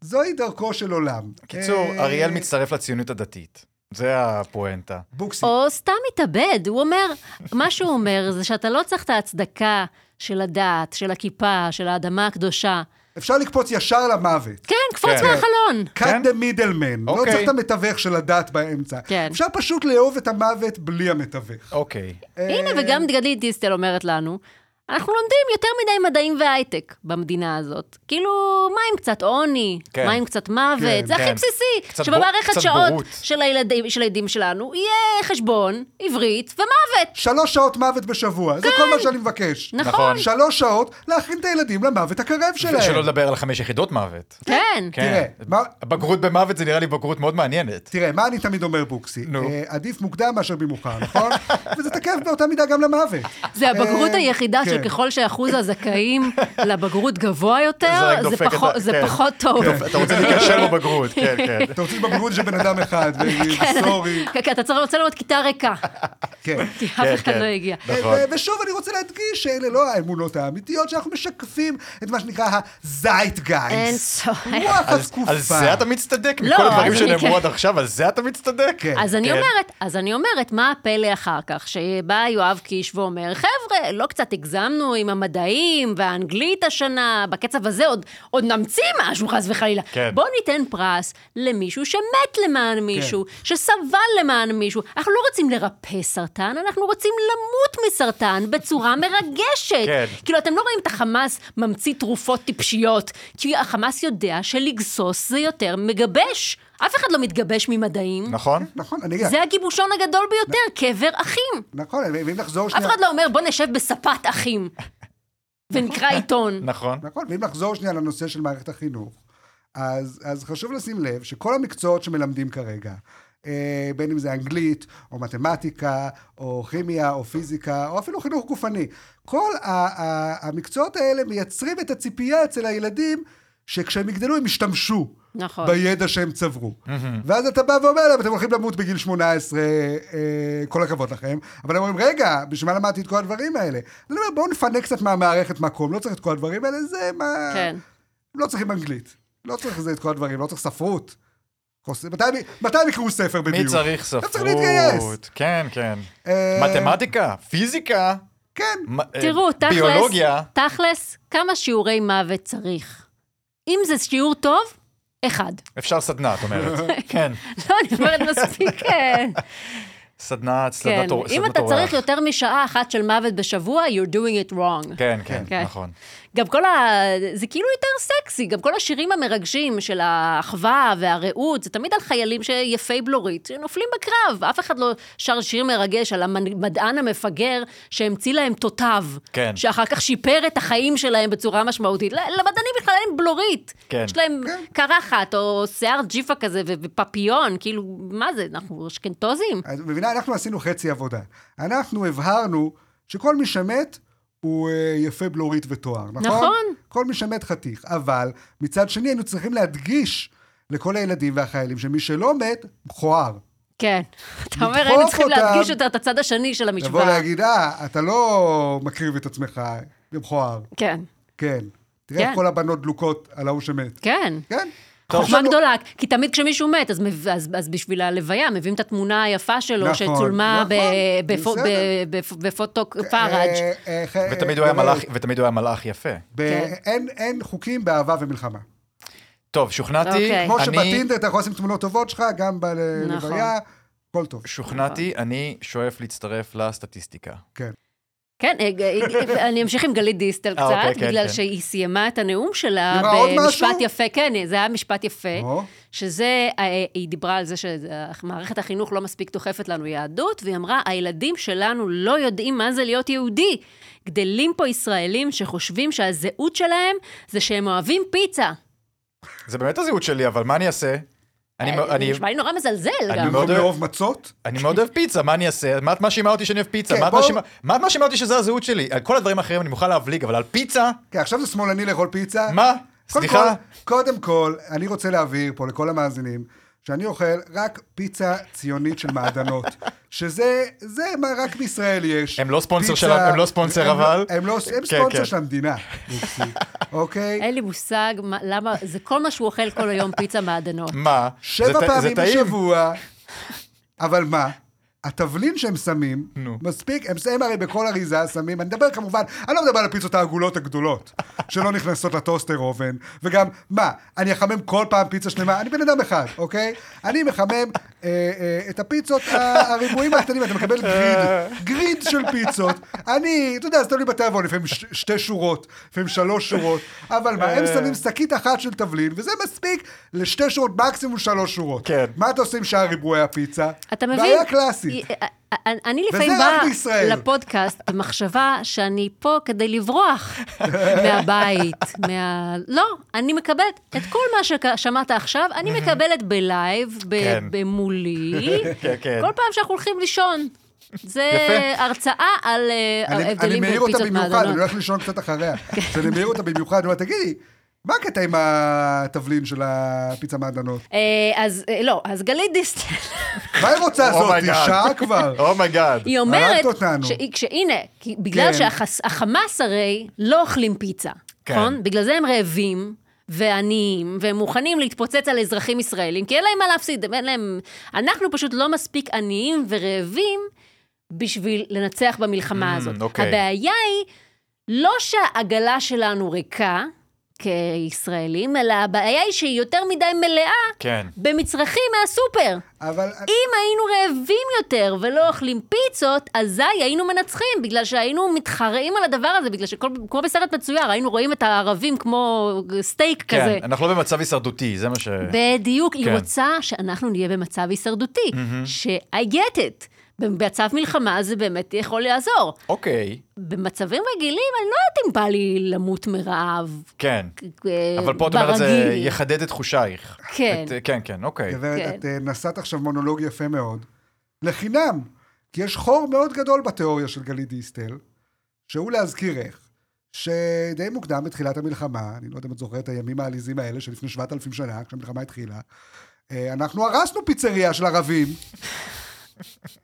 [SPEAKER 1] זוהי דרכו של עולם.
[SPEAKER 4] קיצור,
[SPEAKER 1] אה,
[SPEAKER 4] אריאל מצטרף לציונות הדתית. זה הפואנטה.
[SPEAKER 1] בוקסי.
[SPEAKER 3] או סתם מתאבד. הוא אומר, מה שהוא אומר זה שאתה לא צריך את ההצדקה של הדת, של הכיפה, של האדמה הקדושה.
[SPEAKER 1] אפשר לקפוץ ישר למוות.
[SPEAKER 3] כן, קפוץ
[SPEAKER 4] כן.
[SPEAKER 3] מהחלון.
[SPEAKER 1] cut
[SPEAKER 4] כן?
[SPEAKER 1] the middleman. לא
[SPEAKER 4] אוקיי.
[SPEAKER 1] צריך את המתווך של הדת באמצע.
[SPEAKER 3] כן.
[SPEAKER 1] אפשר פשוט לאהוב את המוות בלי המתווך.
[SPEAKER 4] אוקיי.
[SPEAKER 3] הנה, וגם גלית דיסטל אומרת לנו, אנחנו לומדים יותר מדי מדעים והייטק במדינה הזאת. כאילו, מה עם קצת עוני?
[SPEAKER 4] כן.
[SPEAKER 3] כן. מה עם קצת מוות?
[SPEAKER 1] כן,
[SPEAKER 3] זה הכי
[SPEAKER 4] כן.
[SPEAKER 3] בסיסי.
[SPEAKER 4] קצת בור-
[SPEAKER 3] שבמערכת
[SPEAKER 4] קצת
[SPEAKER 3] שעות
[SPEAKER 4] בורות.
[SPEAKER 3] של הילדים, של הילדים שלנו יהיה חשבון, עברית ומוות.
[SPEAKER 1] שלוש שעות מוות בשבוע, זה כל מה שאני מבקש.
[SPEAKER 3] כן. נכון.
[SPEAKER 4] נכון.
[SPEAKER 1] שלוש שעות להכין את הילדים למוות הקרב
[SPEAKER 4] שלא
[SPEAKER 1] שלהם.
[SPEAKER 4] לדבר על חמש יחידות מוות.
[SPEAKER 3] כן.
[SPEAKER 1] תראה,
[SPEAKER 4] כן.
[SPEAKER 1] מה-
[SPEAKER 4] הבגרות במוות זה נראה לי בגרות מאוד מעניינת.
[SPEAKER 1] תראה, מה אני תמיד אומר, בוקסי?
[SPEAKER 4] נו.
[SPEAKER 1] אה, עדיף מוקדם מאשר במאוחר, נכון? וזה תקף באותה מידה גם למוות.
[SPEAKER 3] זה הבגרות
[SPEAKER 1] אה,
[SPEAKER 3] היחידה
[SPEAKER 1] כן.
[SPEAKER 3] שככל שאחוז הזכאים לבגרות גבוה
[SPEAKER 4] זה רק
[SPEAKER 3] יותר, זה
[SPEAKER 4] דופק את ה-
[SPEAKER 3] פחות- זה
[SPEAKER 4] כן.
[SPEAKER 3] פחות טוב.
[SPEAKER 4] אתה רוצה להיכשל בבגרות, כן, כן.
[SPEAKER 1] אתה רוצה שבבריאות של בן אדם אחד, סורי.
[SPEAKER 3] כן, כן, אתה צריך רוצה לראות כיתה ריקה,
[SPEAKER 1] כן. אה,
[SPEAKER 3] כי אף
[SPEAKER 4] כן,
[SPEAKER 3] אחד
[SPEAKER 4] כן.
[SPEAKER 3] לא הגיע.
[SPEAKER 4] נכון.
[SPEAKER 1] ו- ושוב, אני רוצה להדגיש שאלה לא האמונות האמיתיות, שאנחנו משקפים את מה שנקרא הזייטגייס.
[SPEAKER 3] אין צורך.
[SPEAKER 1] רוח
[SPEAKER 4] על-
[SPEAKER 1] התקופה.
[SPEAKER 4] על זה אתה מצטדק?
[SPEAKER 3] לא,
[SPEAKER 4] מכל הדברים
[SPEAKER 3] אז
[SPEAKER 4] שנאמרו
[SPEAKER 3] אני-
[SPEAKER 4] עד עכשיו, על זה אתה מצטדק?
[SPEAKER 1] כן.
[SPEAKER 3] אז אני
[SPEAKER 4] כן.
[SPEAKER 3] אומרת, אז אני אומרת, מה הפלא אחר כך, שבא יואב קיש ואומר, חבר'ה, לא קצת הגזמנו עם המדעים והאנגלית השנה, בקצב הזה עוד, עוד נמציא משהו, חס וחלילה.
[SPEAKER 4] כן.
[SPEAKER 3] בואו ניתן פרס למישהו שמת למען מישהו, שסבל למען מישהו. אנחנו לא רוצים לרפא סרטן, אנחנו רוצים למות מסרטן בצורה מרגשת.
[SPEAKER 4] כן.
[SPEAKER 3] כאילו, אתם לא רואים את החמאס ממציא תרופות טיפשיות, כי החמאס יודע שלגסוס זה יותר מגבש. אף אחד לא מתגבש ממדעים.
[SPEAKER 4] נכון?
[SPEAKER 1] נכון, אני אגיד.
[SPEAKER 3] זה הגיבושון הגדול ביותר,
[SPEAKER 4] כן.
[SPEAKER 3] קבר אחים.
[SPEAKER 1] נכון, אני- ואם נחזור
[SPEAKER 3] אף
[SPEAKER 1] שנייה...
[SPEAKER 3] אחד לא אומר, בוא נשב בספת אחים, ונקרא עיתון.
[SPEAKER 4] נכון.
[SPEAKER 1] נכון, ואם נחזור שנייה לנושא של מערכת החינוך, אז, אז חשוב לשים לב שכל המקצועות שמלמדים כרגע, אה, בין אם זה אנגלית, או מתמטיקה, או כימיה, או פיזיקה, או אפילו חינוך גופני, כל ה- ה- המקצועות האלה מייצרים את הציפייה אצל הילדים שכשהם יגדלו הם ישתמשו.
[SPEAKER 3] נכון.
[SPEAKER 1] בידע שהם צברו. ואז אתה בא ואומר להם, אתם הולכים למות בגיל 18, אה, כל הכבוד לכם. אבל הם אומרים, רגע, בשביל מה למדתי את כל הדברים האלה? אני אומר, בואו נפנה קצת מהמערכת מקום, לא צריך את כל הדברים האלה, זה מה...
[SPEAKER 3] כן.
[SPEAKER 1] לא צריכים אנגלית. לא צריך זה את כל הדברים, לא צריך ספרות. כוס- מתי הם- מתי הם יקראו ספר בדיוק?
[SPEAKER 4] מי צריך
[SPEAKER 1] אתה צריך להתגייס.
[SPEAKER 4] ספרות? כן, כן.
[SPEAKER 1] אה,
[SPEAKER 4] מתמטיקה, פיזיקה,
[SPEAKER 1] כן,
[SPEAKER 4] מ- אה,
[SPEAKER 3] תראו, תכלס,
[SPEAKER 4] ביולוגיה.
[SPEAKER 3] תכלס, כמה שיעורי מוות צריך? אם זה שיעור טוב, אחד.
[SPEAKER 4] אפשר סדנה, את אומרת. כן,
[SPEAKER 3] לא, אני אומרת מספיק... אה,
[SPEAKER 4] סדנה,
[SPEAKER 3] כן.
[SPEAKER 4] סדנת אורח.
[SPEAKER 3] אם אתה צריך יותר משעה אחת של מוות בשבוע, you're doing it wrong.
[SPEAKER 4] כן, כן,
[SPEAKER 3] כן.
[SPEAKER 4] נכון.
[SPEAKER 1] אה,
[SPEAKER 3] גם כל ה... זה כאילו יותר סקסי, גם כל השירים המרגשים של האחווה והרעות, זה תמיד על חיילים שיפי בלורית, שנופלים בקרב. אף אחד לא שר שיר מרגש על המדען המפגר שהמציא להם תותב.
[SPEAKER 4] כן.
[SPEAKER 3] שאחר כך שיפר את החיים שלהם בצורה משמעותית. ל- למדענים בכלל אין בלורית.
[SPEAKER 4] כן.
[SPEAKER 3] יש להם קרחת או שיער ג'יפה כזה ו- ופפיון, כאילו, מה זה, אנחנו אשכנתוזים?
[SPEAKER 1] אז את מבינה, אנחנו עשינו חצי עבודה. אנחנו הבהרנו שכל מי שמת הוא אה, יפה בלורית ותואר, נכון?
[SPEAKER 3] נכון.
[SPEAKER 1] כל מי שמת חתיך. אבל מצד שני, היינו צריכים להדגיש לכל הילדים והחיילים שמי שלא מת, מכוער.
[SPEAKER 3] כן. אתה אומר,
[SPEAKER 1] לדחוף
[SPEAKER 3] היינו צריכים
[SPEAKER 1] אותם.
[SPEAKER 3] להדגיש יותר את הצד השני של המשוואה.
[SPEAKER 1] לבוא להגיד, אה, אתה לא מקריב את עצמך, זה מכוער.
[SPEAKER 3] כן,
[SPEAKER 1] כן. תראה
[SPEAKER 3] כן.
[SPEAKER 1] איך כל הבנות דלוקות על ההוא שמת.
[SPEAKER 3] כן.
[SPEAKER 1] כן.
[SPEAKER 3] חוכמה
[SPEAKER 1] יש לנו-
[SPEAKER 3] גדולה, כי תמיד כשמישהו מת, אז, מב... אז, אז בשביל הלוויה מביאים את התמונה היפה שלו,
[SPEAKER 1] נכון,
[SPEAKER 3] שצולמה
[SPEAKER 1] נכון,
[SPEAKER 3] ב... בפו...
[SPEAKER 1] בסדר.
[SPEAKER 3] ב... בפ... בפוטו פאראג'.
[SPEAKER 1] אה, אה, אה,
[SPEAKER 4] ותמיד הוא היה
[SPEAKER 1] באמת,
[SPEAKER 4] מלאך, ותמיד הוא היה מלאך יפה.
[SPEAKER 1] ב-
[SPEAKER 3] כן.
[SPEAKER 1] אין- אין חוקים באהבה ומלחמה.
[SPEAKER 4] טוב, שוכנעתי,
[SPEAKER 3] אוקיי.
[SPEAKER 1] כמו
[SPEAKER 4] אני
[SPEAKER 1] שבטינדר אתה יכול לשים תמונות טובות שלך, גם
[SPEAKER 3] נכון.
[SPEAKER 1] בלוויה, הכל טוב.
[SPEAKER 4] שוכנעתי, אני שואף להצטרף לסטטיסטיקה.
[SPEAKER 3] כן, אה, אה, אה, אני אמשיך עם גלית דיסטל
[SPEAKER 4] אה, אוקיי,
[SPEAKER 3] קצת,
[SPEAKER 4] כן,
[SPEAKER 3] בגלל
[SPEAKER 4] כן.
[SPEAKER 3] שהיא סיימה את הנאום שלה
[SPEAKER 1] אמרה עוד
[SPEAKER 3] במשפט
[SPEAKER 1] משהו?
[SPEAKER 3] יפה. כן, זה היה משפט יפה,
[SPEAKER 1] או,
[SPEAKER 3] שזה, אה, היא דיברה על זה שמערכת החינוך לא מספיק דוחפת לנו יהדות, והיא אמרה, הילדים שלנו לא יודעים מה זה להיות יהודי. גדלים פה ישראלים שחושבים שהזהות שלהם זה שהם אוהבים פיצה.
[SPEAKER 4] זה באמת הזהות שלי, אבל מה אני אעשה? אני מ-
[SPEAKER 3] אה,
[SPEAKER 4] אני-
[SPEAKER 3] נשמע לי נורא מזלזל
[SPEAKER 4] אני
[SPEAKER 3] גם.
[SPEAKER 4] מאוד
[SPEAKER 1] במקום
[SPEAKER 4] אוהב-
[SPEAKER 1] לאהוב מצות?
[SPEAKER 4] אני מאוד אוהב פיצה, מה אני אעשה? מה את מאשימה אותי שאני אוהב פיצה?
[SPEAKER 1] כן,
[SPEAKER 4] מה את
[SPEAKER 1] בואו-
[SPEAKER 4] מאשימה- מה את מאשימה אותי שזה הזהות שלי? על כל הדברים האחרים אני מוכן להבליג, אבל על פיצה?
[SPEAKER 1] כן, עכשיו זה שמאלני לאכול פיצה?
[SPEAKER 4] מה?
[SPEAKER 1] קודם
[SPEAKER 4] סליחה?
[SPEAKER 1] כל- קודם כל, אני רוצה להבהיר פה לכל המאזינים, שאני אוכל רק פיצה ציונית של מעדנות, שזה, זה מה רק בישראל יש.
[SPEAKER 4] הם לא ספונסר
[SPEAKER 1] פיצה-
[SPEAKER 4] של ה- הם לא ספונסר,
[SPEAKER 1] הם לא-
[SPEAKER 4] אבל.
[SPEAKER 1] הם לא, הם
[SPEAKER 4] כן,
[SPEAKER 1] ספונסר
[SPEAKER 4] כן.
[SPEAKER 1] של המדינה, אופסי, אוקיי?
[SPEAKER 3] אין לי מושג מה- למה, זה כל מה שהוא אוכל כל היום פיצה מעדנות.
[SPEAKER 4] מה? זה
[SPEAKER 1] שבע
[SPEAKER 4] ט-
[SPEAKER 1] פעמים
[SPEAKER 4] זה טעים?
[SPEAKER 1] בשבוע, אבל מה? התבלין שהם שמים,
[SPEAKER 4] נו.
[SPEAKER 1] מספיק, הם שמים הרי בכל אריזה שמים, אני מדבר כמובן, אני לא מדבר על הפיצות העגולות הגדולות, שלא נכנסות לטוסטר אובן, וגם, מה, אני אחמם כל פעם פיצה שלמה? אני בן אדם אחד, אוקיי? אני מחמם אה, אה, את הפיצות, ה- הריבועים הקטנים, אתה מקבל גריד, גריד של פיצות. אני, אתה יודע, זה תלוי בתיאבון, לפעמים ש- שתי שורות, לפעמים שלוש שורות, אבל מה,
[SPEAKER 4] אה.
[SPEAKER 1] הם שמים שקית אחת של תבלין, וזה מספיק לשתי שורות, מקסימום שלוש שורות.
[SPEAKER 4] כן.
[SPEAKER 1] מה אתה עושה עם שאר ריבועי הפיצה?
[SPEAKER 3] אתה מבין?
[SPEAKER 1] בעיה קלאסית.
[SPEAKER 3] אה, אה, אה, אני
[SPEAKER 1] וזה
[SPEAKER 3] לפעמים
[SPEAKER 1] רק
[SPEAKER 3] באה
[SPEAKER 1] בישראל.
[SPEAKER 3] לפודקאסט במחשבה שאני פה כדי לברוח מהבית, מה... לא, אני מקבלת את כל מה ששמעת עכשיו, אני מקבלת בלייב, ב-
[SPEAKER 4] כן.
[SPEAKER 3] במולי,
[SPEAKER 4] כן, כן.
[SPEAKER 3] כל פעם שאנחנו הולכים לישון. זה
[SPEAKER 4] יפה.
[SPEAKER 3] הרצאה על אה,
[SPEAKER 1] אני- אני
[SPEAKER 3] ההבדלים
[SPEAKER 1] מעיר
[SPEAKER 3] בין
[SPEAKER 1] אותה
[SPEAKER 3] פיצות כן.
[SPEAKER 1] במיוחד, אני לא-
[SPEAKER 3] מאדונות.
[SPEAKER 1] הולך לישון קצת אחריה. אז אני מעיר אותה במיוחד, אני אומר, תגידי, מה הקטע עם התבלין של הפיצה מעדנות?
[SPEAKER 3] אה, אז אה, לא, אז גלית דיסטל.
[SPEAKER 1] מה היא רוצה
[SPEAKER 4] Oh my
[SPEAKER 1] לעשות?
[SPEAKER 4] God. Oh.
[SPEAKER 1] אישה כבר.
[SPEAKER 4] אומייגאד.
[SPEAKER 3] היא
[SPEAKER 1] הרגת
[SPEAKER 3] אומרת,
[SPEAKER 1] אותנו.
[SPEAKER 3] שהיא- שהנה, כי בגלל
[SPEAKER 1] כן.
[SPEAKER 3] שהחמאס הרי לא אוכלים פיצה,
[SPEAKER 4] כן.
[SPEAKER 3] נכון? בגלל זה הם רעבים. ועניים, והם מוכנים להתפוצץ על אזרחים ישראלים, כי אין להם מה להפסיד, אין להם... אנחנו פשוט לא מספיק עניים ורעבים בשביל לנצח במלחמה
[SPEAKER 4] Mm,
[SPEAKER 3] הזאת.
[SPEAKER 4] אוקיי.
[SPEAKER 3] הבעיה היא לא שהעגלה שלנו ריקה, כישראלים, אלא הבעיה היא שהיא יותר מדי מלאה
[SPEAKER 4] כן.
[SPEAKER 3] במצרכים מהסופר.
[SPEAKER 1] אבל...
[SPEAKER 3] אם היינו רעבים יותר ולא אוכלים פיצות, אזי היינו מנצחים, בגלל שהיינו מתחרעים על הדבר הזה, בגלל שכמו בסרט מצויר, היינו רואים את הערבים כמו אה, סטייק כזה.
[SPEAKER 4] כן, אנחנו לא במצב הישרדותי, זה מה ש...
[SPEAKER 3] בדיוק, היא
[SPEAKER 4] כן.
[SPEAKER 3] רוצה שאנחנו נהיה במצב הישרדותי, ש-I get it. במצב מלחמה זה באמת יכול לעזור.
[SPEAKER 4] אוקיי,
[SPEAKER 3] במצבים רגילים, אני לא יודעת אם בא לי למות מרעב.
[SPEAKER 4] כן.
[SPEAKER 3] אה,
[SPEAKER 4] אבל פה את אומרת, זה
[SPEAKER 3] ברגיל.
[SPEAKER 4] יחדד את תחושייך.
[SPEAKER 3] כן.
[SPEAKER 4] את- כן, כן, אוקיי.
[SPEAKER 1] גברת,
[SPEAKER 3] כן.
[SPEAKER 1] את אה, נשאת עכשיו מונולוג יפה מאוד. לחינם. כי יש חור מאוד גדול בתיאוריה של גלית דיסטל, שהוא להזכירך, שדי מוקדם בתחילת המלחמה, אני לא יודע אם את זוכרת את הימים העליזים האלה שלפני 7,000 שנה, כשהמלחמה התחילה, אה, אנחנו הרסנו פיצריה של ערבים,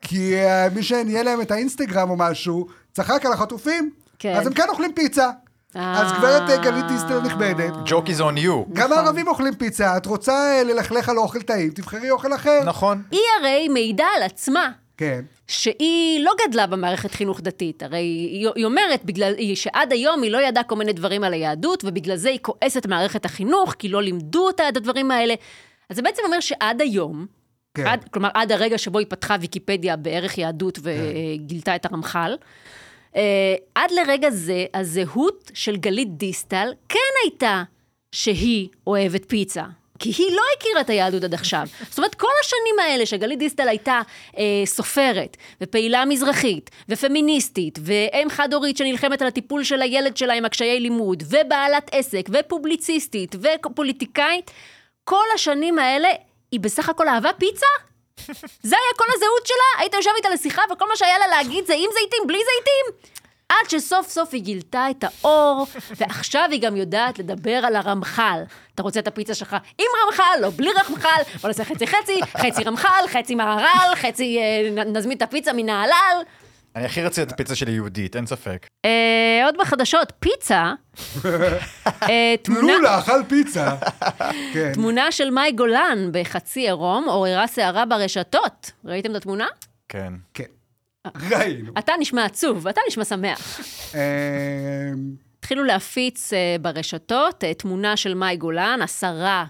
[SPEAKER 1] כי אה, מי שניהל להם את האינסטגרם או משהו, צחק על החטופים,
[SPEAKER 3] כן.
[SPEAKER 1] אז הם כן אוכלים פיצה. אז גברת אה, גלית דיסטל נכבדת,
[SPEAKER 4] ג'וק איז און יו.
[SPEAKER 1] גם
[SPEAKER 3] נכון.
[SPEAKER 1] הערבים אוכלים פיצה, את רוצה אה, ללכלך על אוכל טעים, תבחרי אוכל אחר.
[SPEAKER 4] נכון.
[SPEAKER 3] היא הרי מעידה על עצמה.
[SPEAKER 1] כן.
[SPEAKER 3] שהיא לא גדלה במערכת חינוך דתית, הרי היא, היא אומרת בגלל, היא, שעד היום היא לא ידעה כל מיני דברים על היהדות, ובגלל זה היא כועסת על מערכת החינוך, כי לא לימדו אותה את הדברים האלה. אז זה בעצם אומר שעד היום,
[SPEAKER 1] כן.
[SPEAKER 3] כן. עד, כלומר עד הרגע שבו התפתחה ויקיפדיה בערך יהדות וגילתה את הרמח"ל, אה, עד לרגע זה הזהות של גלית דיסטל כן הייתה שהיא אוהבת פיצה. כי היא לא הכירה את היהדות עד עכשיו. זאת אומרת, כל השנים האלה שגלית דיסטל הייתה אה, סופרת, ופעילה מזרחית, ופמיניסטית, ואם חד-הורית שנלחמת על הטיפול של הילד שלה עם הקשיי לימוד, ובעלת עסק, ופובליציסטית, ופוליטיקאית, כל השנים האלה היא בסך הכל אהבה פיצה? זה היה כל הזהות שלה? היית יושב איתה לשיחה וכל מה שהיה לה להגיד זה עם זיתים, בלי זיתים? עד שסוף סוף היא גילתה את האור, ועכשיו היא גם יודעת לדבר על הרמח"ל. אתה רוצה את הפיצה שלך עם רמח"ל, לא בלי רמח"ל, בוא נעשה חצי חצי, חצי רמח"ל, חצי מהר"ל, חצי אה, נ- נזמין את הפיצה מנהלל.
[SPEAKER 4] אני הכי רציתי את הפיצה שלי יהודית, אין ספק.
[SPEAKER 3] אה, עוד בחדשות, פיצה, אה, תמונה...
[SPEAKER 1] לולה אכל פיצה. כן.
[SPEAKER 3] תמונה של מאי גולן בחצי עירום עוררה סערה ברשתות. ראיתם את התמונה?
[SPEAKER 4] כן.
[SPEAKER 1] כן. ראינו.
[SPEAKER 3] אתה נשמע עצוב, ואתה נשמע שמח.
[SPEAKER 1] אמ,
[SPEAKER 3] התחילו להפיץ אה, ברשתות אה, תמונה של מאי גולן, השרה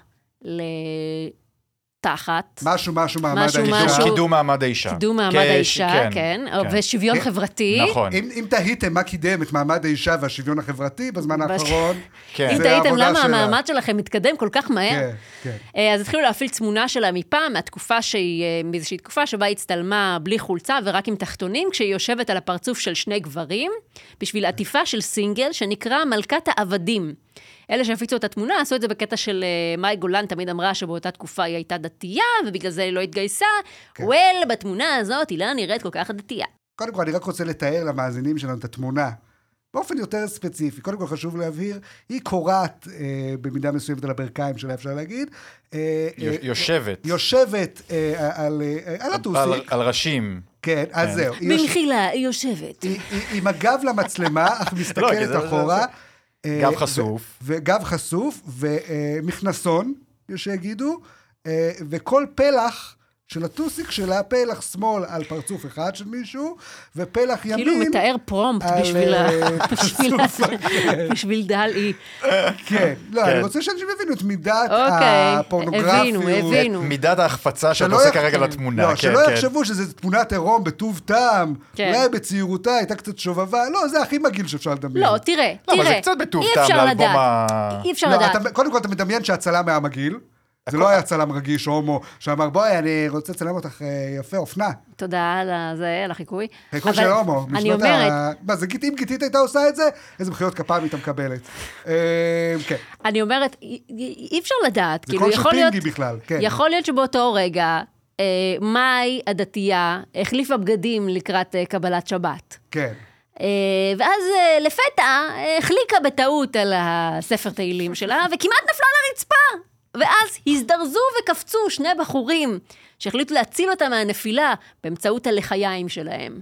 [SPEAKER 3] לתחת.
[SPEAKER 1] משהו, משהו, מעמד
[SPEAKER 3] משהו,
[SPEAKER 1] האישה.
[SPEAKER 3] משהו.
[SPEAKER 4] קידום מעמד האישה.
[SPEAKER 3] קידום מעמד
[SPEAKER 4] כש-
[SPEAKER 3] האישה, כן, ושוויון
[SPEAKER 1] כן.
[SPEAKER 3] חברתי.
[SPEAKER 4] נכון,
[SPEAKER 1] אם אם תהיתם מה קידם את מעמד האישה והשוויון החברתי בזמן
[SPEAKER 3] בש-
[SPEAKER 1] האחרון,
[SPEAKER 4] כן.
[SPEAKER 3] אם
[SPEAKER 1] זה
[SPEAKER 3] תהיתם
[SPEAKER 1] העבודה
[SPEAKER 3] למה
[SPEAKER 1] שלה.
[SPEAKER 3] המעמד שלכם מתקדם כל כך מהר,
[SPEAKER 1] כן, כן.
[SPEAKER 3] אה, אז התחילו להפעיל תמונה שלה מפעם, מהתקופה שהיא, אה, מאיזושהי תקופה שבה היא הצטלמה בלי חולצה ורק עם תחתונים, כשהיא יושבת על הפרצוף של שני גברים, בשביל עטיפה של סינגל שנקרא מלכת העבדים. אלה שהפיצו את התמונה עשו את זה בקטע של אה, מאי גולן תמיד אמרה שבאותה תקופה היא הייתה דתייה, ובגלל זה היא לא התגייסה.
[SPEAKER 1] כן.
[SPEAKER 3] וול, בתמונה הזאת היא לא נראית כל כך דתייה.
[SPEAKER 1] קודם כל, אני רק רוצה לתאר למאזינים שלנו את התמונה. באופן יותר ספציפי, קודם כל חשוב להבהיר, היא קורעת אה, במידה מסוימת על הברכיים שלה, אפשר להגיד. אה, אה,
[SPEAKER 4] יוש- יושבת.
[SPEAKER 1] יושבת אה, על אה, על
[SPEAKER 4] על-
[SPEAKER 1] הטוסיק,
[SPEAKER 4] על ראשים.
[SPEAKER 1] כן, אז
[SPEAKER 4] כן.
[SPEAKER 1] זהו. היא יוש-
[SPEAKER 3] במחילה, היא יושבת.
[SPEAKER 1] היא- היא- היא עם הגב למצלמה, אך
[SPEAKER 4] לא, כי
[SPEAKER 1] מסתכלת
[SPEAKER 4] זה- זה-
[SPEAKER 1] אחורה. אה,
[SPEAKER 4] גב
[SPEAKER 1] ו-
[SPEAKER 4] חשוף.
[SPEAKER 1] וגב חשוף, ומכנסון, יש שיגידו, אה, וכל פלח של הטוסיק שלה, פלח שמאל על פרצוף אחד של מישהו, ופלח ימין...
[SPEAKER 3] כאילו הוא מתאר פרומפט
[SPEAKER 1] על,
[SPEAKER 3] בשביל ה-
[SPEAKER 1] אה,
[SPEAKER 3] בשביל
[SPEAKER 1] פרצוף
[SPEAKER 3] ה-
[SPEAKER 1] אחר.
[SPEAKER 3] בשביל דל אי.
[SPEAKER 1] כן. לא,
[SPEAKER 4] כן.
[SPEAKER 1] אני רוצה שאנשים יבינו את מידת
[SPEAKER 3] אוקיי,
[SPEAKER 1] הפורנוגרפיות.
[SPEAKER 3] הבינו, הבינו.
[SPEAKER 4] את מידת ההחפצה שאתה
[SPEAKER 1] שלא
[SPEAKER 4] עושה
[SPEAKER 1] יח-
[SPEAKER 4] כרגע לתמונה.
[SPEAKER 1] לא,
[SPEAKER 4] כן,
[SPEAKER 1] שלא
[SPEAKER 4] כן.
[SPEAKER 1] יחשבו שזו תמונת עירום בטוב טעם.
[SPEAKER 3] כן.
[SPEAKER 1] אולי בצעירותה הייתה קצת שובבה. לא, זה הכי מגעיל שאפשר לדמיין.
[SPEAKER 3] לא, תראה,
[SPEAKER 4] לא, אבל
[SPEAKER 3] תראה.
[SPEAKER 4] זה קצת בטוב
[SPEAKER 3] אי
[SPEAKER 4] טעם
[SPEAKER 3] אפשר
[SPEAKER 4] לאלבום
[SPEAKER 3] לדעת.
[SPEAKER 4] ה-
[SPEAKER 3] אי אפשר
[SPEAKER 1] לא,
[SPEAKER 3] לדעת.
[SPEAKER 1] אתה- קודם כל, אתה מדמיין שהצלם היה מגעיל. זה לא היה צלם רגיש, הומו, שאמר, בואי, אני רוצה לצלם אותך אה, יפה, אופנה.
[SPEAKER 3] תודה על ה- זה, על החיקוי.
[SPEAKER 1] חיקוי
[SPEAKER 3] אבל
[SPEAKER 1] של הומו.
[SPEAKER 3] אני
[SPEAKER 1] משנות ה-
[SPEAKER 3] אומרת,
[SPEAKER 1] מה, זה גיטית, אם גיטית הייתה עושה את זה, איזה מחיאות כפיים הייתה מקבלת. אה, כן.
[SPEAKER 3] אני אומרת, אי- אי אי אפשר לדעת.
[SPEAKER 1] זה
[SPEAKER 3] כאילו,
[SPEAKER 1] קול של
[SPEAKER 3] יכול להיות...
[SPEAKER 1] פינגי בכלל, כן.
[SPEAKER 3] יכול להיות שבאותו רגע, אה, מאי הדתייה החליפה בגדים לקראת אה, קבלת שבת.
[SPEAKER 1] כן.
[SPEAKER 3] אה, ואז אה, לפתע אה, החליקה בטעות על הספר תהילים שלה, וכמעט נפלה על הרצפה. ואז הזדרזו וקפצו שני בחורים שהחליטו להציל אותה מהנפילה באמצעות הלחיים שלהם.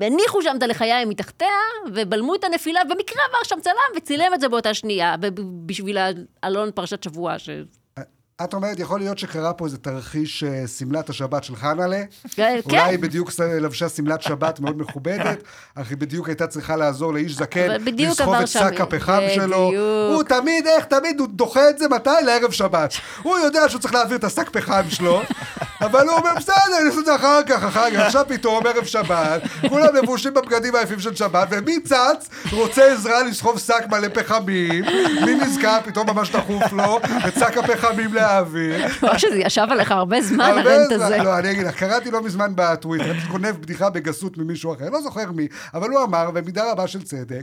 [SPEAKER 3] והניחו שם את הלחיים מתחתיה, ובלמו את הנפילה, במקרה עבר שם צלם וצילם את זה באותה שנייה, ב- ב- בשביל האלון פרשת שבוע. ש... אה,
[SPEAKER 1] את אומרת, יכול להיות שקרה פה איזה תרחיש אה, שמלת השבת של חנה'לה?
[SPEAKER 3] כן.
[SPEAKER 1] אולי היא בדיוק ש- לבשה שמלת שבת מאוד מכובדת, אך היא בדיוק הייתה צריכה לעזור לאיש זקן,
[SPEAKER 3] אבל בדיוק
[SPEAKER 1] לסחוב
[SPEAKER 3] עבר
[SPEAKER 1] את
[SPEAKER 3] שם-
[SPEAKER 1] שק הפחם שלו.
[SPEAKER 3] בדיוק.
[SPEAKER 1] הוא תמיד, איך תמיד, הוא דוחה את זה מתי? לערב שבת. הוא יודע שהוא צריך להעביר את השק פחם שלו, אבל הוא אומר, בסדר, אני עושה את זה אחר כך, אחר כך. עכשיו פתאום ערב שבת, כולם לבושים בבגדים היפים של שבת, ומי צץ רוצה עזרה לסחוב שק מלא פחמים, מי נזכר, פתאום ממש דחוף לו, את שק הפחמים להעביר.
[SPEAKER 3] או שזה ישב עליך הרבה זמן,
[SPEAKER 1] הרבה
[SPEAKER 3] הרנט
[SPEAKER 1] זמן-
[SPEAKER 3] הזה.
[SPEAKER 1] לא, אני אגיד לך, קראתי לא מזמן בטוויטר, אני פשוט גונב בדיחה בגסות ממישהו אחר, לא זוכר מי, אבל הוא אמר, במידה רבה של צדק,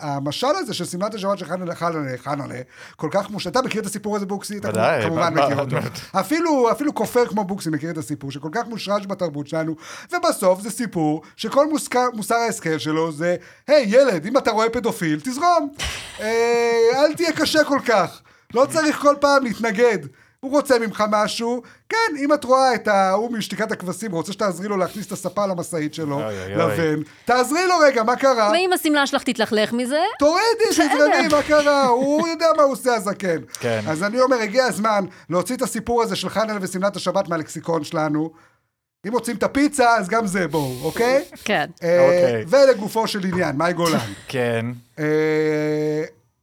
[SPEAKER 1] שהמשל הזה של שמלת השבת של חנלה, חנלה, חנלה, כל כך מושלם. אתה מכיר את הסיפור הזה, בוקסי? אתה
[SPEAKER 4] ודאי,
[SPEAKER 1] כמובן
[SPEAKER 4] מה-
[SPEAKER 1] מכיר
[SPEAKER 4] מה-
[SPEAKER 1] אותו.
[SPEAKER 4] מה-
[SPEAKER 1] אפילו, אפילו כופר כמו בוקסי מכיר את הסיפור, שכל כך מושרש בתרבות שלנו, ובסוף זה סיפור שכל מוסק- מוסר ההשכל שלו זה, היי ילד, אם אתה רואה פדופיל, תזרום. אה, אל תהיה קשה כל כך, לא צריך כל פעם להתנגד. הוא רוצה ממך משהו, כן, אם את רואה את ההוא משתיקת הכבשים, רוצה שתעזרי לו להכניס את הספה למשאית שלו,
[SPEAKER 4] אוי, אוי, אוי.
[SPEAKER 1] לבן, תעזרי לו רגע, מה קרה?
[SPEAKER 3] ואם השמלה שלך תתלכלך מזה,
[SPEAKER 1] תורידי, תתרמי, מה קרה? הוא יודע מה הוא עושה, הזקן.
[SPEAKER 4] כן.
[SPEAKER 1] אז אני אומר, הגיע הזמן להוציא את הסיפור הזה של חנל ושמלת השבת מהלקסיקון שלנו. אם רוצים את הפיצה, אז גם זה, בואו, אוקיי?
[SPEAKER 3] כן.
[SPEAKER 1] אה,
[SPEAKER 4] אוקיי.
[SPEAKER 1] ולגופו של עניין, מאי גולן.
[SPEAKER 4] כן,
[SPEAKER 1] אה,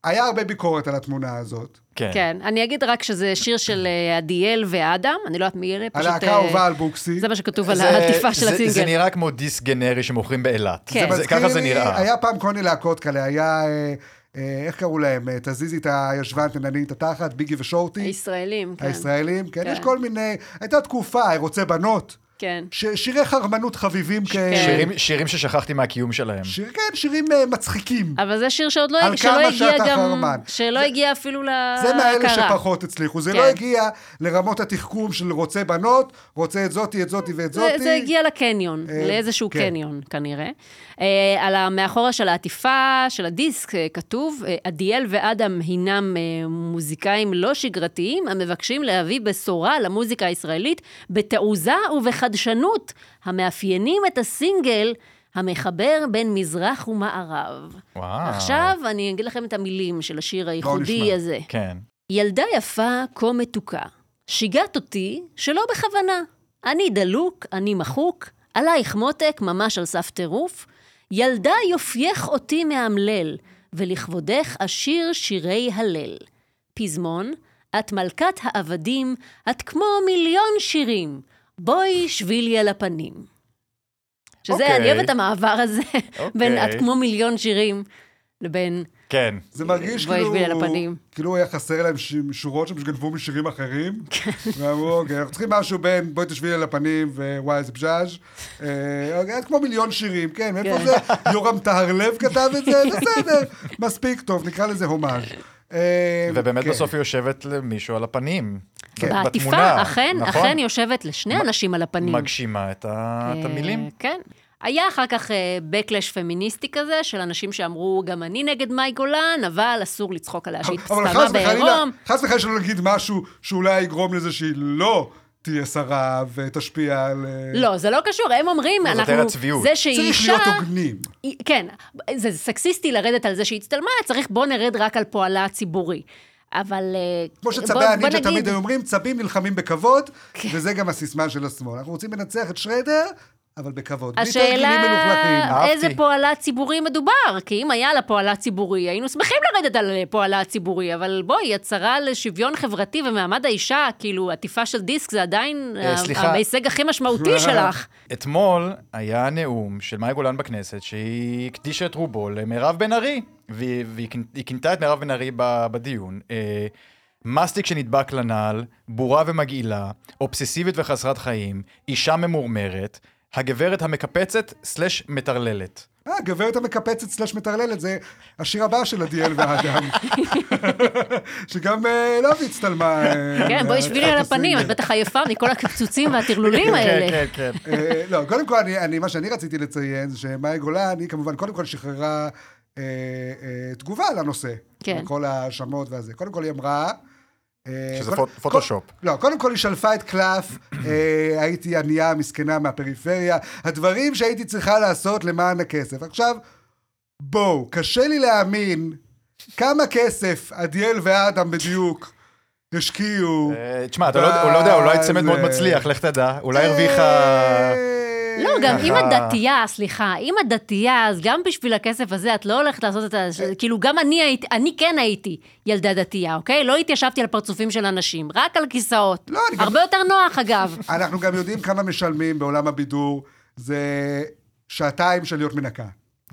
[SPEAKER 1] היה הרבה ביקורת על התמונה הזאת.
[SPEAKER 4] כן.
[SPEAKER 3] כן. אני אגיד רק שזה שיר של אה, עדיאל ואדם, אני לא יודעת מי אלה, פשוט...
[SPEAKER 1] הלהקה
[SPEAKER 3] אה,
[SPEAKER 1] האהובה על בוקסי.
[SPEAKER 3] זה מה שכתוב על
[SPEAKER 4] זה-
[SPEAKER 3] העטיפה של
[SPEAKER 4] זה- זה
[SPEAKER 3] הסינגל.
[SPEAKER 4] נראה כמו דיס גנרי שמוכרים באילת.
[SPEAKER 3] כן.
[SPEAKER 4] זה-
[SPEAKER 1] מזכיר
[SPEAKER 4] ככה זה
[SPEAKER 1] לי,
[SPEAKER 4] נראה.
[SPEAKER 1] היה פעם כל מיני להקות כאלה, היה... אה, אה, איך קראו להם? אה, תזיזי את הישבן, תנני את התחת, ביגי ושורטי.
[SPEAKER 3] הישראלים, כן.
[SPEAKER 1] הישראלים, כן,
[SPEAKER 3] כן.
[SPEAKER 1] יש כל מיני, הייתה תקופה, רוצה בנות,
[SPEAKER 3] כן.
[SPEAKER 1] ש- שירי חרמנות חביבים כאלה,
[SPEAKER 4] שירים- שירים ששכחתי מהקיום שלהם.
[SPEAKER 1] שיר, כן, שירים אה, מצחיקים.
[SPEAKER 3] אבל זה שיר שעוד לא
[SPEAKER 1] על
[SPEAKER 3] שלא
[SPEAKER 1] כמה
[SPEAKER 3] הגיע
[SPEAKER 1] שאתה
[SPEAKER 3] גם...
[SPEAKER 1] חרמן.
[SPEAKER 3] שלא הגיע אפילו להכרה.
[SPEAKER 1] זה מאלה שפחות הצליחו, זה
[SPEAKER 3] כן.
[SPEAKER 1] לא הגיע לרמות התחכום של רוצה בנות, רוצה את זאתי, את זאתי ואת
[SPEAKER 3] זה,
[SPEAKER 1] זאתי.
[SPEAKER 3] זה הגיע לקניון,
[SPEAKER 1] אה,
[SPEAKER 3] לאיזשהו
[SPEAKER 1] כן.
[SPEAKER 3] קניון כנראה. אה, על המאחורה של העטיפה של הדיסק אה, כתוב, אה, עדיאל ואדם הינם אה, מוזיקאים לא שגרתיים המבקשים להביא בשורה למוזיקה הישראלית בתעוזה ובחדשנות המאפיינים את הסינגל המחבר בין מזרח ומערב.
[SPEAKER 4] וואו.
[SPEAKER 3] עכשיו אני אגיד לכם את המילים של השיר הייחודי
[SPEAKER 1] אה. נשמע.
[SPEAKER 3] הזה.
[SPEAKER 4] כן.
[SPEAKER 3] ילדה יפה כה מתוקה, שיגעת אותי שלא בכוונה. אני דלוק, אני מחוק, עלייך מותק ממש על סף טירוף. ילדה יופייך אותי מאמלל, ולכבודך אשיר שירי הלל. פזמון, את מלכת העבדים, את כמו מיליון שירים. בואי שבילי על הפנים. שזה,
[SPEAKER 4] אוקיי.
[SPEAKER 3] אני אוהבת את המעבר הזה, בין את
[SPEAKER 4] אוקיי.
[SPEAKER 3] כמו מיליון שירים, לבין
[SPEAKER 4] כן.
[SPEAKER 1] זה מרגיש
[SPEAKER 3] בואי,
[SPEAKER 1] כאילו,
[SPEAKER 3] שביל על הפנים.
[SPEAKER 1] כאילו היה חסר להם ש- שורות שהם שגנבו משירים אחרים.
[SPEAKER 3] כן.
[SPEAKER 1] ואמרו, אוקיי, אנחנו צריכים משהו בין בואי תשבי על הפנים ווואי איזה בז'אז'. אה, אוקיי, אז כמו מיליון שירים, כן, מאיפה
[SPEAKER 3] כן.
[SPEAKER 1] זה? יורם טהרלב כתב את זה? בסדר, מספיק טוב, נקרא לזה הומאז'. אה,
[SPEAKER 4] ובאמת
[SPEAKER 1] כן.
[SPEAKER 4] בסוף היא יושבת למישהו על הפנים. אה, בתמונה,
[SPEAKER 3] בעטיפה, אכן,
[SPEAKER 4] נכון?
[SPEAKER 3] אכן היא יושבת לשני אנשים על הפנים.
[SPEAKER 4] מגשימה את ה- את
[SPEAKER 3] אה,
[SPEAKER 4] המילים.
[SPEAKER 3] כן. היה אחר כך אה, backlash פמיניסטי כזה, של אנשים שאמרו, גם אני נגד מאי גולן, אבל אסור לצחוק עליה שהיא
[SPEAKER 1] אבל
[SPEAKER 3] הסתיימה
[SPEAKER 1] חס וחלילה,
[SPEAKER 3] בעירום.
[SPEAKER 1] חס וחלילה שלא נגיד משהו שאולי יגרום לזה שהיא לא תהיה שרה ותשפיע על... אה,
[SPEAKER 3] לא, זה לא קשור, הם אומרים,
[SPEAKER 4] זאת
[SPEAKER 3] אנחנו...
[SPEAKER 4] ארץ צביעות.
[SPEAKER 3] זה שהיא
[SPEAKER 1] צריך
[SPEAKER 3] אישה...
[SPEAKER 1] להיות הוגנים.
[SPEAKER 3] היא- כן, זה זה סקסיסטי לרדת על זה שהיא הצטלמה, צריך בוא נרד רק על פועלה הציבורי. אבל... אה,
[SPEAKER 1] כמו
[SPEAKER 3] בוא-
[SPEAKER 1] שצבי
[SPEAKER 3] בוא
[SPEAKER 1] הנינג'ה
[SPEAKER 3] נגיד- כן.
[SPEAKER 1] תמיד היו אומרים, צבים נלחמים בכבוד, וזה גם הסיסמה של השמאל. אנחנו רוצים לנצח את שרדר, אבל בכבוד. בלי תרגילים מלוכלכים.
[SPEAKER 3] השאלה
[SPEAKER 4] אהבתי.
[SPEAKER 3] איזה פועלה ציבורי מדובר, כי אם היה לה פועלה ציבורי, היינו שמחים לרדת על אה, פועלה הציבורי, אבל בואי, הצהרה לשוויון חברתי ומעמד האישה, כאילו, עטיפה של דיסק זה עדיין
[SPEAKER 4] אה,
[SPEAKER 3] ה-
[SPEAKER 4] סליחה.
[SPEAKER 3] ההישג הכי משמעותי שלך.
[SPEAKER 4] אתמול היה נאום של מאי גולן בכנסת, שהיא הקדישה את רובו למירב בן ארי, והיא והיא כינ- היא כינתה את מירב בן ארי ב- בדיון. אה, מסטיק שנדבק לנעל, בורה ומגעילה, אובססיבית וחסרת חיים, אישה ממורמרת, הגברת המקפצת סלש מטרללת.
[SPEAKER 1] אה, הגברת המקפצת סלש מטרללת, זה השיר הבא של עדיאל והאדם. שגם אה, אליו הצטלמה. אה,
[SPEAKER 3] כן, בואי, שבי לי על הפנים, את
[SPEAKER 1] הסינגל.
[SPEAKER 3] בטח עייפה מכל הקפצוצים והטרלולים האלה.
[SPEAKER 4] אה, כן, כן, כן.
[SPEAKER 1] אה, לא, קודם כל, אני, אני, מה שאני רציתי לציין, זה שמאי גולן, היא כמובן, קודם כל שחררה אה, אה, תגובה על הנושא.
[SPEAKER 3] כן.
[SPEAKER 1] כל ההאשמות והזה. קודם כל היא אמרה... אה,
[SPEAKER 4] שזה
[SPEAKER 1] קוד-
[SPEAKER 4] פוט- פוטושופ.
[SPEAKER 1] קוד- לא, קודם כל היא שלפה את קלף, אה, הייתי ענייה מסכנה מהפריפריה, הדברים שהייתי צריכה לעשות למען הכסף. עכשיו, בואו, קשה לי להאמין כמה כסף עדיאל ואדם בדיוק השקיעו.
[SPEAKER 4] אה, תשמע, אתה לא יודע- הוא לא יודע, אולי צמד מאוד מצליח, לך תדע, אולי הרוויחה...
[SPEAKER 1] אה,
[SPEAKER 3] לא, גם אם את
[SPEAKER 4] ככה.
[SPEAKER 3] דתייה, סליחה, אם את דתייה, אז גם בשביל הכסף הזה את לא הולכת לעשות את ה...
[SPEAKER 1] אה.
[SPEAKER 3] כאילו, גם אני הייתי, אני כן הייתי ילדה דתייה, אוקיי? לא התיישבתי על פרצופים של אנשים, רק על כיסאות.
[SPEAKER 1] לא, אני גם-
[SPEAKER 3] הרבה יותר נוח, אגב.
[SPEAKER 1] אנחנו גם יודעים כמה משלמים בעולם הבידור, זה שעתיים של להיות מנקה.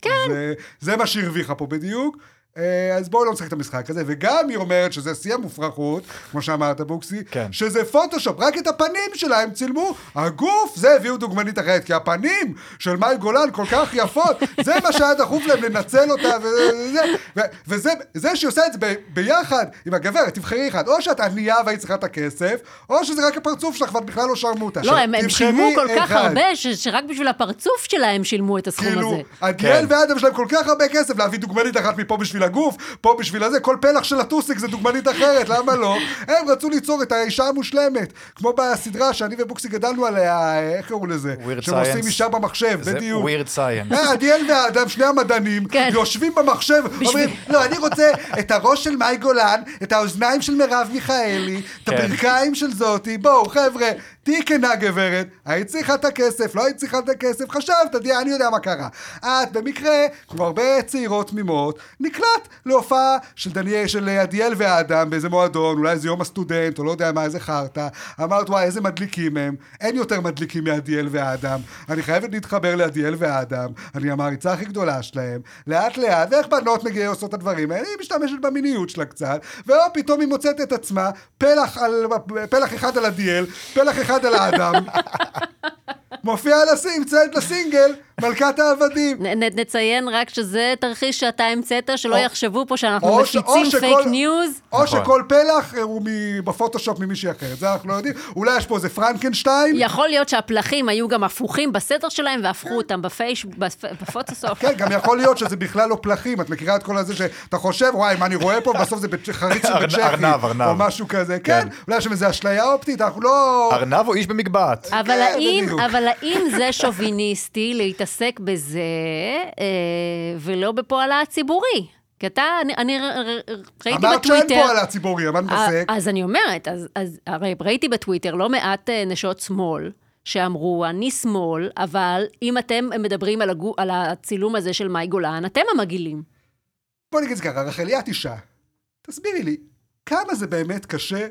[SPEAKER 1] כן. זה, זה מה שהרוויחה פה בדיוק. אה, אז בואו לא נשחק את המשחק הזה, וגם היא אומרת שזה שיא המופרכות, כמו שאמרת בוקסי,
[SPEAKER 4] כן.
[SPEAKER 1] שזה פוטושופ, רק את הפנים שלה הם צילמו, הגוף, זה הביאו דוגמנית אחרת, כי הפנים של מאי גולן כל כך יפות, זה מה שהיה דחוף להם לנצל אותה, וזה, ו- וזה זה שהיא עושה את זה ב, ביחד עם הגברת, תבחרי אחד, או שאת ענייה והיית צריכה את הכסף, או שזה רק הפרצוף שלך ואת בכלל לא שרמוטה.
[SPEAKER 3] לא, הם הם
[SPEAKER 1] תבחרי
[SPEAKER 3] שילמו כל כך
[SPEAKER 1] אחד.
[SPEAKER 3] הרבה, ש- שרק בשביל הפרצוף שלהם שילמו את הסכום
[SPEAKER 1] כאילו,
[SPEAKER 3] הזה.
[SPEAKER 1] עדיאל
[SPEAKER 4] כן.
[SPEAKER 1] ואדם שלהם כל כך הרבה כסף, להביא דוגמנית אחת מפה בשביל הגוף, פה בשביל הזה, כל פלח של הטוסיק זה דוגמנית אחרת, למה לא? הם רצו ליצור את האישה המושלמת, כמו בסדרה שאני ובוקסי גדלנו עליה, איך קראו לזה?
[SPEAKER 4] Weird
[SPEAKER 1] שהם עושים
[SPEAKER 4] Science.
[SPEAKER 1] אישה במחשב,
[SPEAKER 4] זה
[SPEAKER 1] בדיוק.
[SPEAKER 4] weird science.
[SPEAKER 1] אה, עדיאל והאדם, שני המדענים,
[SPEAKER 3] כן.
[SPEAKER 1] יושבים במחשב, אומרים, לא, אני רוצה את הראש של מאי גולן, את האוזניים של מרב מיכאלי, את
[SPEAKER 4] כן.
[SPEAKER 1] הברכיים של זאתי, בואו, חבר'ה, תהיי כנה גברת, היית צריכה את הכסף, לא היית צריכה את הכסף, חשבת, תדעי, אני יודע מה קרה. את במקרה, כמו הרבה צעירות תמימות, נקלעת להופעה של דניאל, של עדיאל והאדם באיזה מועדון, אולי איזה יום הסטודנט, או לא יודע מה, איזה חרטא, אמרת, וואי, איזה מדליקים הם, אין יותר מדליקים מעדיאל והאדם, אני חייבת להתחבר לעדיאל והאדם, אני המעריצה הכי גדולה שלהם, לאט לאט, ואיך בנות מגיעות עושות את הדברים האלה, היא משתמשת במיניות שלה קצת, והופ, פתאום היא מוצאת את עצמה, פלח, על, פלח אחד על עדיאל, פלח אחד על האדם. מופיעה לסי, מציינת לסינגל, מלכת העבדים.
[SPEAKER 3] נ- נ- נציין רק שזה תרחיש שאתה המצאת, שלא
[SPEAKER 1] או-
[SPEAKER 3] יחשבו פה שאנחנו
[SPEAKER 1] או ש- או
[SPEAKER 3] מפיצים
[SPEAKER 1] שכל-
[SPEAKER 3] פייק ניוז.
[SPEAKER 1] או
[SPEAKER 4] נכון.
[SPEAKER 1] שכל פלח אה, הוא מ- בפוטושופ ממישהי אחרת, זה אנחנו לא יודעים. אולי יש פה איזה פרנקנשטיין.
[SPEAKER 3] יכול להיות שהפלחים היו גם הפוכים בסתר שלהם והפכו אותם בפייש, בפ- בפוטוסופט.
[SPEAKER 1] כן, גם יכול להיות שזה בכלל לא פלחים, את מכירה את כל הזה שאתה חושב, וואי, מה אני רואה פה, בסוף זה בצ- חריץ של
[SPEAKER 4] ארנב,
[SPEAKER 1] בצ'כי.
[SPEAKER 4] ארנב, ארנב.
[SPEAKER 1] או משהו כזה, כן.
[SPEAKER 4] כן.
[SPEAKER 1] אולי יש שם איזו אשליה אופטית, אנחנו לא...
[SPEAKER 4] ארנב הוא איש במגבעת.
[SPEAKER 3] אבל האם,
[SPEAKER 1] כן, בדיוק.
[SPEAKER 3] אבל האם זה שוביניסטי להתעסק בזה אה, ולא בפועלה הציבורי? כי אתה, אני, אני ר- ר- ר- ראיתי
[SPEAKER 1] אמרת
[SPEAKER 3] בטוויטר... אה,
[SPEAKER 1] שאין פה על הציבורי, אבל מתעסק.
[SPEAKER 3] אז אני אומרת, אז, אז הרי ראיתי בטוויטר לא מעט אה, נשות שמאל. שאמרו, אני שמאל, אבל אם אתם מדברים על, הגו, על הצילום הזה של מאי גולן, אתם המגעילים.
[SPEAKER 1] בוא נגיד את זה ככה, רחלי, את אישה. תסבירי לי, כמה זה באמת קשה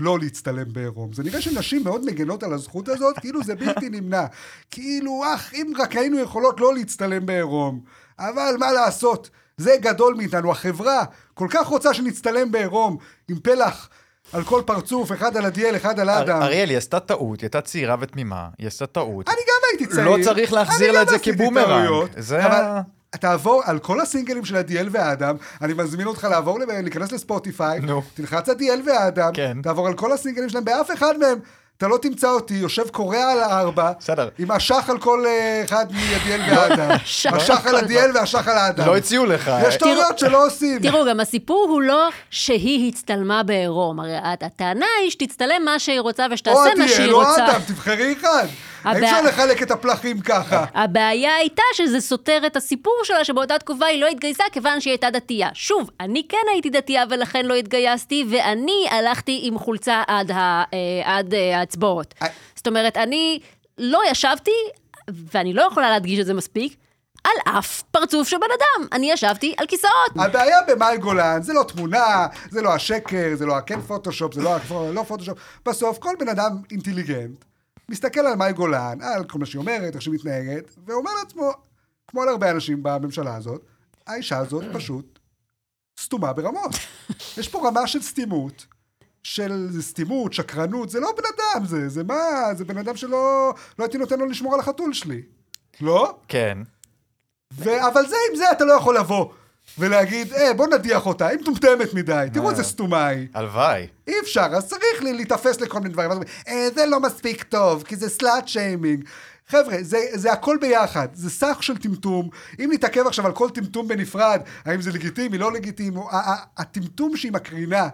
[SPEAKER 1] לא להצטלם בעירום? זה נראה שנשים מאוד מגנות על הזכות הזאת, כאילו זה בלתי נמנע. כאילו, אך, אם רק היינו יכולות לא להצטלם בעירום. אבל מה לעשות, זה גדול מאיתנו. החברה כל כך רוצה שנצטלם בעירום, עם פלח על כל פרצוף, אחד על עדיאל, אחד על
[SPEAKER 4] אר-
[SPEAKER 1] אדם.
[SPEAKER 4] אריאל, היא עשתה טעות, היא הייתה צעירה ותמימה, היא עשתה טעות.
[SPEAKER 1] אני גם הייתי צעיר.
[SPEAKER 4] לא צריך להחזיר
[SPEAKER 1] אני
[SPEAKER 4] לה
[SPEAKER 1] גם
[SPEAKER 4] את זה
[SPEAKER 1] עשיתי
[SPEAKER 4] כבומרנג.
[SPEAKER 1] טעויות,
[SPEAKER 4] זה
[SPEAKER 1] אבל
[SPEAKER 4] ה-
[SPEAKER 1] תעבור על כל הסינגלים של עדיאל ואדם, אני מזמין אותך לעבור, ל- להיכנס לספוטיפיי,
[SPEAKER 4] נו.
[SPEAKER 1] תלחץ עדיאל ואדם,
[SPEAKER 4] כן.
[SPEAKER 1] תעבור על כל הסינגלים שלהם, באף אחד מהם. אתה לא תמצא אותי יושב קורע על הארבע,
[SPEAKER 4] בסדר.
[SPEAKER 1] עם אשך על כל אה, אחד מעדיאל ואדם.
[SPEAKER 3] אשך
[SPEAKER 1] אשך על עדיאל ואשך על האדם.
[SPEAKER 4] לא הציעו לך.
[SPEAKER 1] יש טעויות שלא עושים.
[SPEAKER 3] תראו, גם הסיפור הוא לא שהיא הצטלמה בעירום. הרי הט- הטענה היא שתצטלם מה שהיא רוצה
[SPEAKER 1] או
[SPEAKER 3] ושתעשה מה שהיא
[SPEAKER 1] עדיאל או
[SPEAKER 3] רוצה.
[SPEAKER 1] אדם, תבחרי אחד. אי
[SPEAKER 3] הבע-
[SPEAKER 1] אפשר לחלק את הפלחים ככה.
[SPEAKER 3] הבעיה הייתה שזה סותר את הסיפור שלה, שבאותה תקופה היא לא התגייסה כיוון שהיא הייתה דתייה. שוב, אני כן הייתי דתייה ולכן לא התגייסתי, ואני הלכתי עם חולצה עד, ה, אה, עד אה, האצבעות.
[SPEAKER 1] אה.
[SPEAKER 3] זאת אומרת, אני לא ישבתי, ואני לא יכולה להדגיש את זה מספיק, על אף פרצוף של בן אדם. אני ישבתי על כיסאות.
[SPEAKER 1] הבעיה במאי גולן זה לא תמונה, זה לא השקר, זה לא הכן פוטושופ, זה לא הכ- לא פוטושופ. בסוף כל בן אדם אינטליגנט מסתכל על מאי גולן, על כל מה שהיא אומרת, איך שהיא מתנהגת, ואומר לעצמו, כמו על הרבה אנשים בממשלה הזאת, האישה הזאת פשוט סתומה ברמות. יש פה רמה של סתימות. של סתימות, שקרנות, זה לא בן אדם, זה, זה מה, זה בן אדם שלא לא הייתי נותן לו לשמור על החתול שלי. לא?
[SPEAKER 4] כן.
[SPEAKER 1] ו- אבל זה, עם זה אתה לא יכול לבוא ולהגיד, אה, בוא נדיח אותה, היא מטומטמת מדי, תראו
[SPEAKER 4] אה.
[SPEAKER 1] איזה סתומה היא.
[SPEAKER 4] הלוואי.
[SPEAKER 1] אי אפשר, אז צריך לי להיתפס לכל מיני דברים. אז אומרים, אה, זה לא מספיק טוב, כי זה סלאט שיימינג. חבר'ה, זה, זה הכל ביחד, זה סך של טמטום. אם נתעכב עכשיו על כל טמטום בנפרד, האם זה לגיטימי, לא לגיטימי, ה- ה- הטמטום שהיא מקרינה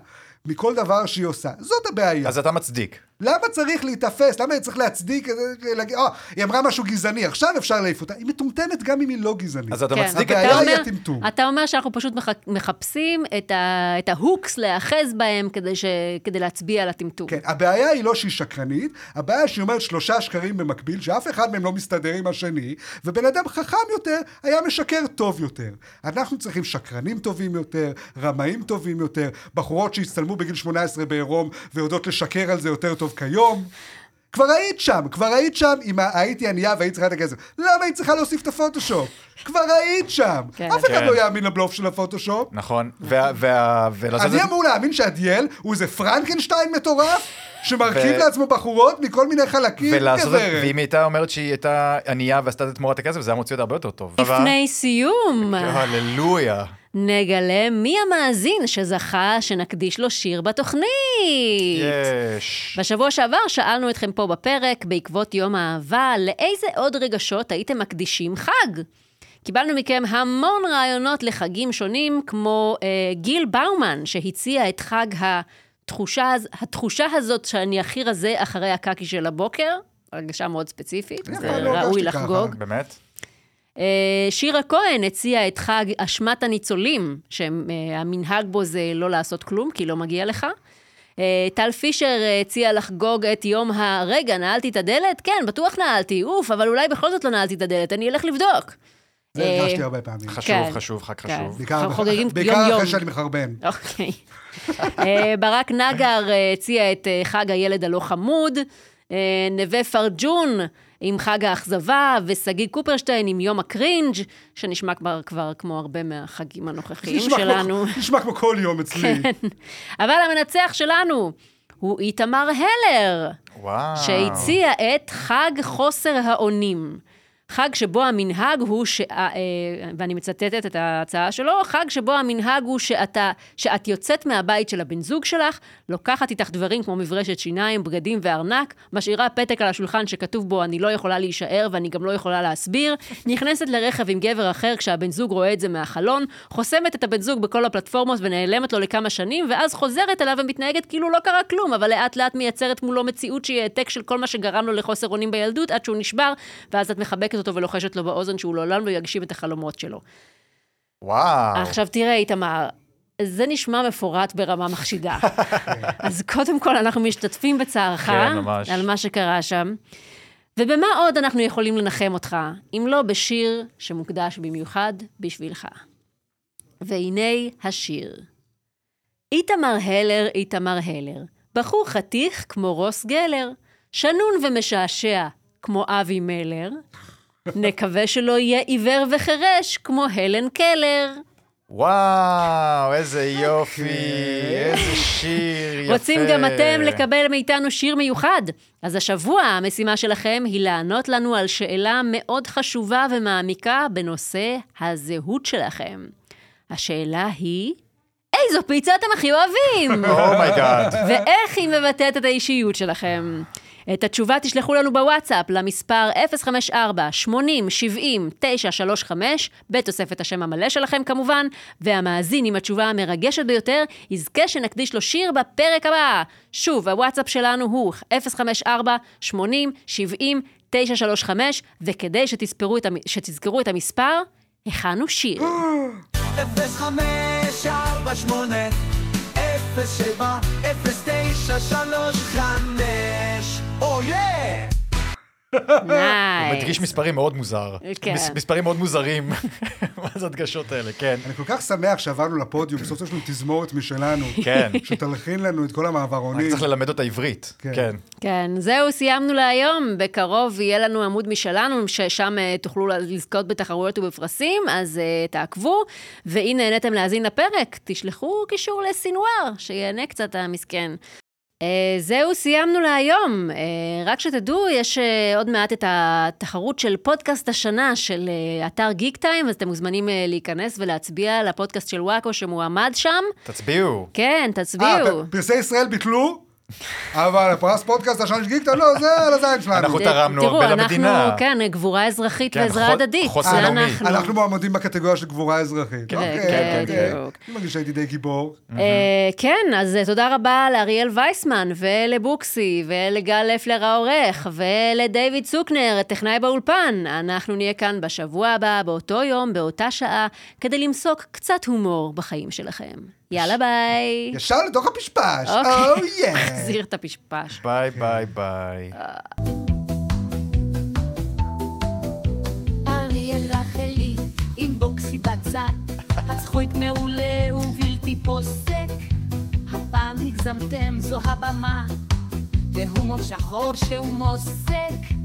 [SPEAKER 1] מכל דבר שהיא עושה, זאת הבעיה.
[SPEAKER 4] אז אתה מצדיק.
[SPEAKER 1] למה צריך להיתפס? למה צריך להצדיק? להגיד, "אה, היא אמרה משהו גזעני, עכשיו אפשר להעיף אותה. היא מטומטמת גם אם היא לא גזענית.
[SPEAKER 4] אז אתה
[SPEAKER 3] כן.
[SPEAKER 4] מצדיק את
[SPEAKER 1] הבעיה
[SPEAKER 4] ה...
[SPEAKER 1] היא
[SPEAKER 3] אומר-
[SPEAKER 1] הטמטום.
[SPEAKER 3] אתה אומר שאנחנו פשוט מח- מחפשים את ה- את ההוקס להיאחז בהם כדי ש- כדי להצביע על הטמטום.
[SPEAKER 1] כן, הבעיה היא לא שהיא שקרנית, הבעיה שהיא אומרת שלושה שקרים במקביל, שאף אחד מהם לא מסתדר עם השני, ובן אדם חכם יותר היה משקר טוב יותר. אנחנו צריכים שקרנים טובים יותר, רמאים טובים יותר, בחורות שהצטלמו בגיל 18 בעירום ויודעות לשקר על זה יותר טוב כיום. כבר היית שם, כבר היית שם עם ה- הייתי ענייה והיית צריכה את הכסף. למה היית צריכה להוסיף את הפוטושופ? כבר היית שם.
[SPEAKER 3] כן.
[SPEAKER 1] אף אחד
[SPEAKER 4] כן.
[SPEAKER 1] לא יאמין לבלוף של הפוטושופ.
[SPEAKER 4] נכון. וה- וה- ולעשות
[SPEAKER 1] אני
[SPEAKER 4] את-
[SPEAKER 1] אמור להאמין שאדיאל הוא איזה פרנקנשטיין מטורף, שמרכיב
[SPEAKER 4] ו-
[SPEAKER 1] לעצמו בחורות מכל מיני חלקים
[SPEAKER 4] ולעשות את...
[SPEAKER 1] כזרת.
[SPEAKER 4] ואם היא הייתה אומרת שהיא הייתה ענייה ועשתה את תמורת הכסף, זה היה מוציא אותה הרבה יותר טוב.
[SPEAKER 3] לפני סיום.
[SPEAKER 4] כן. הללויה.
[SPEAKER 3] נגלה מי המאזין שזכה שנקדיש לו שיר בתוכנית.
[SPEAKER 4] יש.
[SPEAKER 3] בשבוע שעבר שאלנו אתכם פה בפרק, בעקבות יום האהבה, לאיזה עוד רגשות הייתם מקדישים חג? קיבלנו מכם המון רעיונות לחגים שונים, כמו אה, גיל באומן, שהציע את חג התחושה, הז- התחושה הזאת שאני הכי רזה אחרי הקקי של הבוקר, הרגשה מאוד ספציפית,
[SPEAKER 1] אני אף
[SPEAKER 3] זה
[SPEAKER 1] פעם לא
[SPEAKER 3] ראוי
[SPEAKER 1] הרגשתי ככה.
[SPEAKER 3] לחגוג.
[SPEAKER 4] באמת?
[SPEAKER 3] אה, שירה כהן הציעה את חג אשמת הניצולים, שהמנהג בו זה לא לעשות כלום, כי לא מגיע לך. אה, טל פישר אה, הציע לחגוג את יום ה... רגע, נעלתי את הדלת? כן, בטוח נעלתי, אוף, אבל אולי בכל זאת לא נעלתי את הדלת, אני אלך לבדוק.
[SPEAKER 1] זה
[SPEAKER 3] אה,
[SPEAKER 1] הרגשתי הרבה פעמים.
[SPEAKER 4] חשוב,
[SPEAKER 3] כן.
[SPEAKER 4] חשוב, חג
[SPEAKER 3] כן.
[SPEAKER 4] חשוב.
[SPEAKER 1] בעיקר
[SPEAKER 3] חוגגים
[SPEAKER 1] בעיקר
[SPEAKER 3] יום-יום.
[SPEAKER 1] אחרי שאני מחרבן.
[SPEAKER 3] אוקיי. אה, ברק נגר אה, הציע את אה, חג הילד הלא חמוד, אה, נווה פרג'ון עם חג האכזבה, ושגיא קופרשטיין עם יום הקרינג', שנשמע כבר, כבר כמו הרבה מהחגים הנוכחיים
[SPEAKER 1] נשמע כמו-
[SPEAKER 3] שלנו. כן.
[SPEAKER 1] נשמע כמו כל יום אצלי.
[SPEAKER 3] אבל המנצח שלנו הוא איתמר הלר,
[SPEAKER 4] וואו.
[SPEAKER 3] שהציע את חג חוסר האונים. חג שבו המנהג הוא, ש... אה, ואני מצטטת את ההצעה שלו, חג שבו המנהג הוא שאתה, שאת יוצאת מהבית של הבן זוג שלך, לוקחת איתך דברים כמו מברשת שיניים, בגדים וארנק, משאירה פתק על השולחן שכתוב בו אני לא יכולה להישאר ואני גם לא יכולה להסביר, נכנסת לרכב עם גבר אחר כשהבן זוג רואה את זה מהחלון, חוסמת את הבן זוג בכל הפלטפורמות ונעלמת לו לכמה שנים, ואז חוזרת אליו ומתנהגת כאילו לא קרה כלום, אבל לאט לאט מייצרת מולו מציאות שהיא העתק של כל מה שגרם לו לחוסר אונים בילדות, עד שהוא נשבר, ואז את מחבקת אותו ולוחשת לו באוזן שהוא לעולם לא יגשים את החלומות שלו.
[SPEAKER 4] וואו.
[SPEAKER 3] עכשיו תראה, איתמר, זה נשמע מפורט ברמה מחשידה. אז קודם כל, אנחנו משתתפים בצערך,
[SPEAKER 4] כן, ממש.
[SPEAKER 3] על מה שקרה שם. ובמה עוד אנחנו יכולים לנחם אותך, אם לא בשיר שמוקדש במיוחד בשבילך? והנה השיר. איתמר הלר, איתמר הלר, בחור חתיך כמו רוס גלר, שנון ומשעשע כמו אבי מלר, נקווה שלא יהיה עיוור וחירש כמו הלן קלר.
[SPEAKER 4] וואו, איזה יופי,
[SPEAKER 1] אוקיי.
[SPEAKER 4] איזה שיר יפה.
[SPEAKER 3] רוצים גם אתם לקבל מאיתנו שיר מיוחד? אז השבוע המשימה שלכם היא לענות לנו על שאלה מאוד חשובה ומעמיקה בנושא הזהות שלכם. השאלה היא, איזו פיצה אתם הכי אוהבים?
[SPEAKER 4] Oh אומייגאד.
[SPEAKER 3] ואיך היא מבטאת את האישיות שלכם. את התשובה תשלחו לנו בוואטסאפ למספר 054-80-70-935, בתוספת השם המלא שלכם כמובן, והמאזין עם התשובה המרגשת ביותר יזכה שנקדיש לו שיר בפרק הבא. שוב, הוואטסאפ שלנו הוא 054-80-70-935. 935, וכדי שתספרו את המ... שתזכרו את המספר, הכנו שיר.
[SPEAKER 5] 0548 07 0935 אויה!
[SPEAKER 3] נייס.
[SPEAKER 4] מדגיש מספרים מאוד מוזר.
[SPEAKER 3] כן.
[SPEAKER 4] מס- מספרים מאוד מוזרים. מה זה הדגשות האלה? כן.
[SPEAKER 1] אני כל כך שמח שעברנו לפודיום, סוף סוף יש לנו תזמורת משלנו.
[SPEAKER 4] כן.
[SPEAKER 1] שתלחין לנו את כל
[SPEAKER 4] רק
[SPEAKER 1] המעברונים.
[SPEAKER 4] צריך ללמד אותה עברית.
[SPEAKER 1] כן.
[SPEAKER 4] כן.
[SPEAKER 3] כן, זהו, סיימנו להיום. בקרוב יהיה לנו עמוד משלנו, ששם אה, תוכלו לזכות בתחרויות ובפרסים, אז אה, תעקבו. ואם נהניתם להאזין לפרק, תשלחו קישור לסינואר, שיהנה קצת המסכן. אה, זהו, סיימנו להיום. אה, רק שתדעו, יש אה, עוד מעט את התחרות של פודקאסט השנה של אה, אתר גיק טיים, אז אתם מוזמנים אה, להיכנס ולהצביע לפודקאסט של וואקו שמועמד שם.
[SPEAKER 4] תצביעו.
[SPEAKER 3] כן,
[SPEAKER 1] אה,
[SPEAKER 3] תצביעו.
[SPEAKER 1] פ- פרסי ישראל ביטלו, אבל הפרס פודקאסט השנה של גיקטון, לא, זה על הזין שלנו.
[SPEAKER 4] אנחנו- תרמנו הרבה
[SPEAKER 3] אה, תראו,
[SPEAKER 4] למדינה.
[SPEAKER 3] אנחנו, כן, גבורה אזרחית
[SPEAKER 4] כן,
[SPEAKER 3] ועזרה
[SPEAKER 4] חו-
[SPEAKER 3] הדדית.
[SPEAKER 4] חוסן
[SPEAKER 3] זה
[SPEAKER 4] לאומי.
[SPEAKER 3] אנחנו.
[SPEAKER 1] אנחנו מועמדים בקטגוריה של גבורה אזרחית.
[SPEAKER 4] כן,
[SPEAKER 1] אוקיי,
[SPEAKER 4] כן,
[SPEAKER 1] אוקיי.
[SPEAKER 3] בדיוק.
[SPEAKER 1] אני מרגיש שהייתי די גיבור.
[SPEAKER 3] אה, כן, אז אה, תודה רבה לאריאל וייסמן, ולבוקסי, ולגל לפלר העורך, ולדיוויד צוקנר, הטכנאי באולפן. אנחנו נהיה כאן בשבוע הבא, באותו יום, באותה שעה, כדי למסוק קצת הומור בחיים שלכם. יאללה ביי.
[SPEAKER 1] ישר לתוך הפשפש. Oh,
[SPEAKER 3] אוקיי.
[SPEAKER 1] אוו, יא.
[SPEAKER 3] תחזיר את הפשפש.
[SPEAKER 4] ביי ביי ביי.
[SPEAKER 2] אריאל רחלי עם בוקסי בצד, הצחוק מעולה ובלתי פוסק. הפעם הגזמתם, זו הבמה, והומור שחור שהוא מוסק.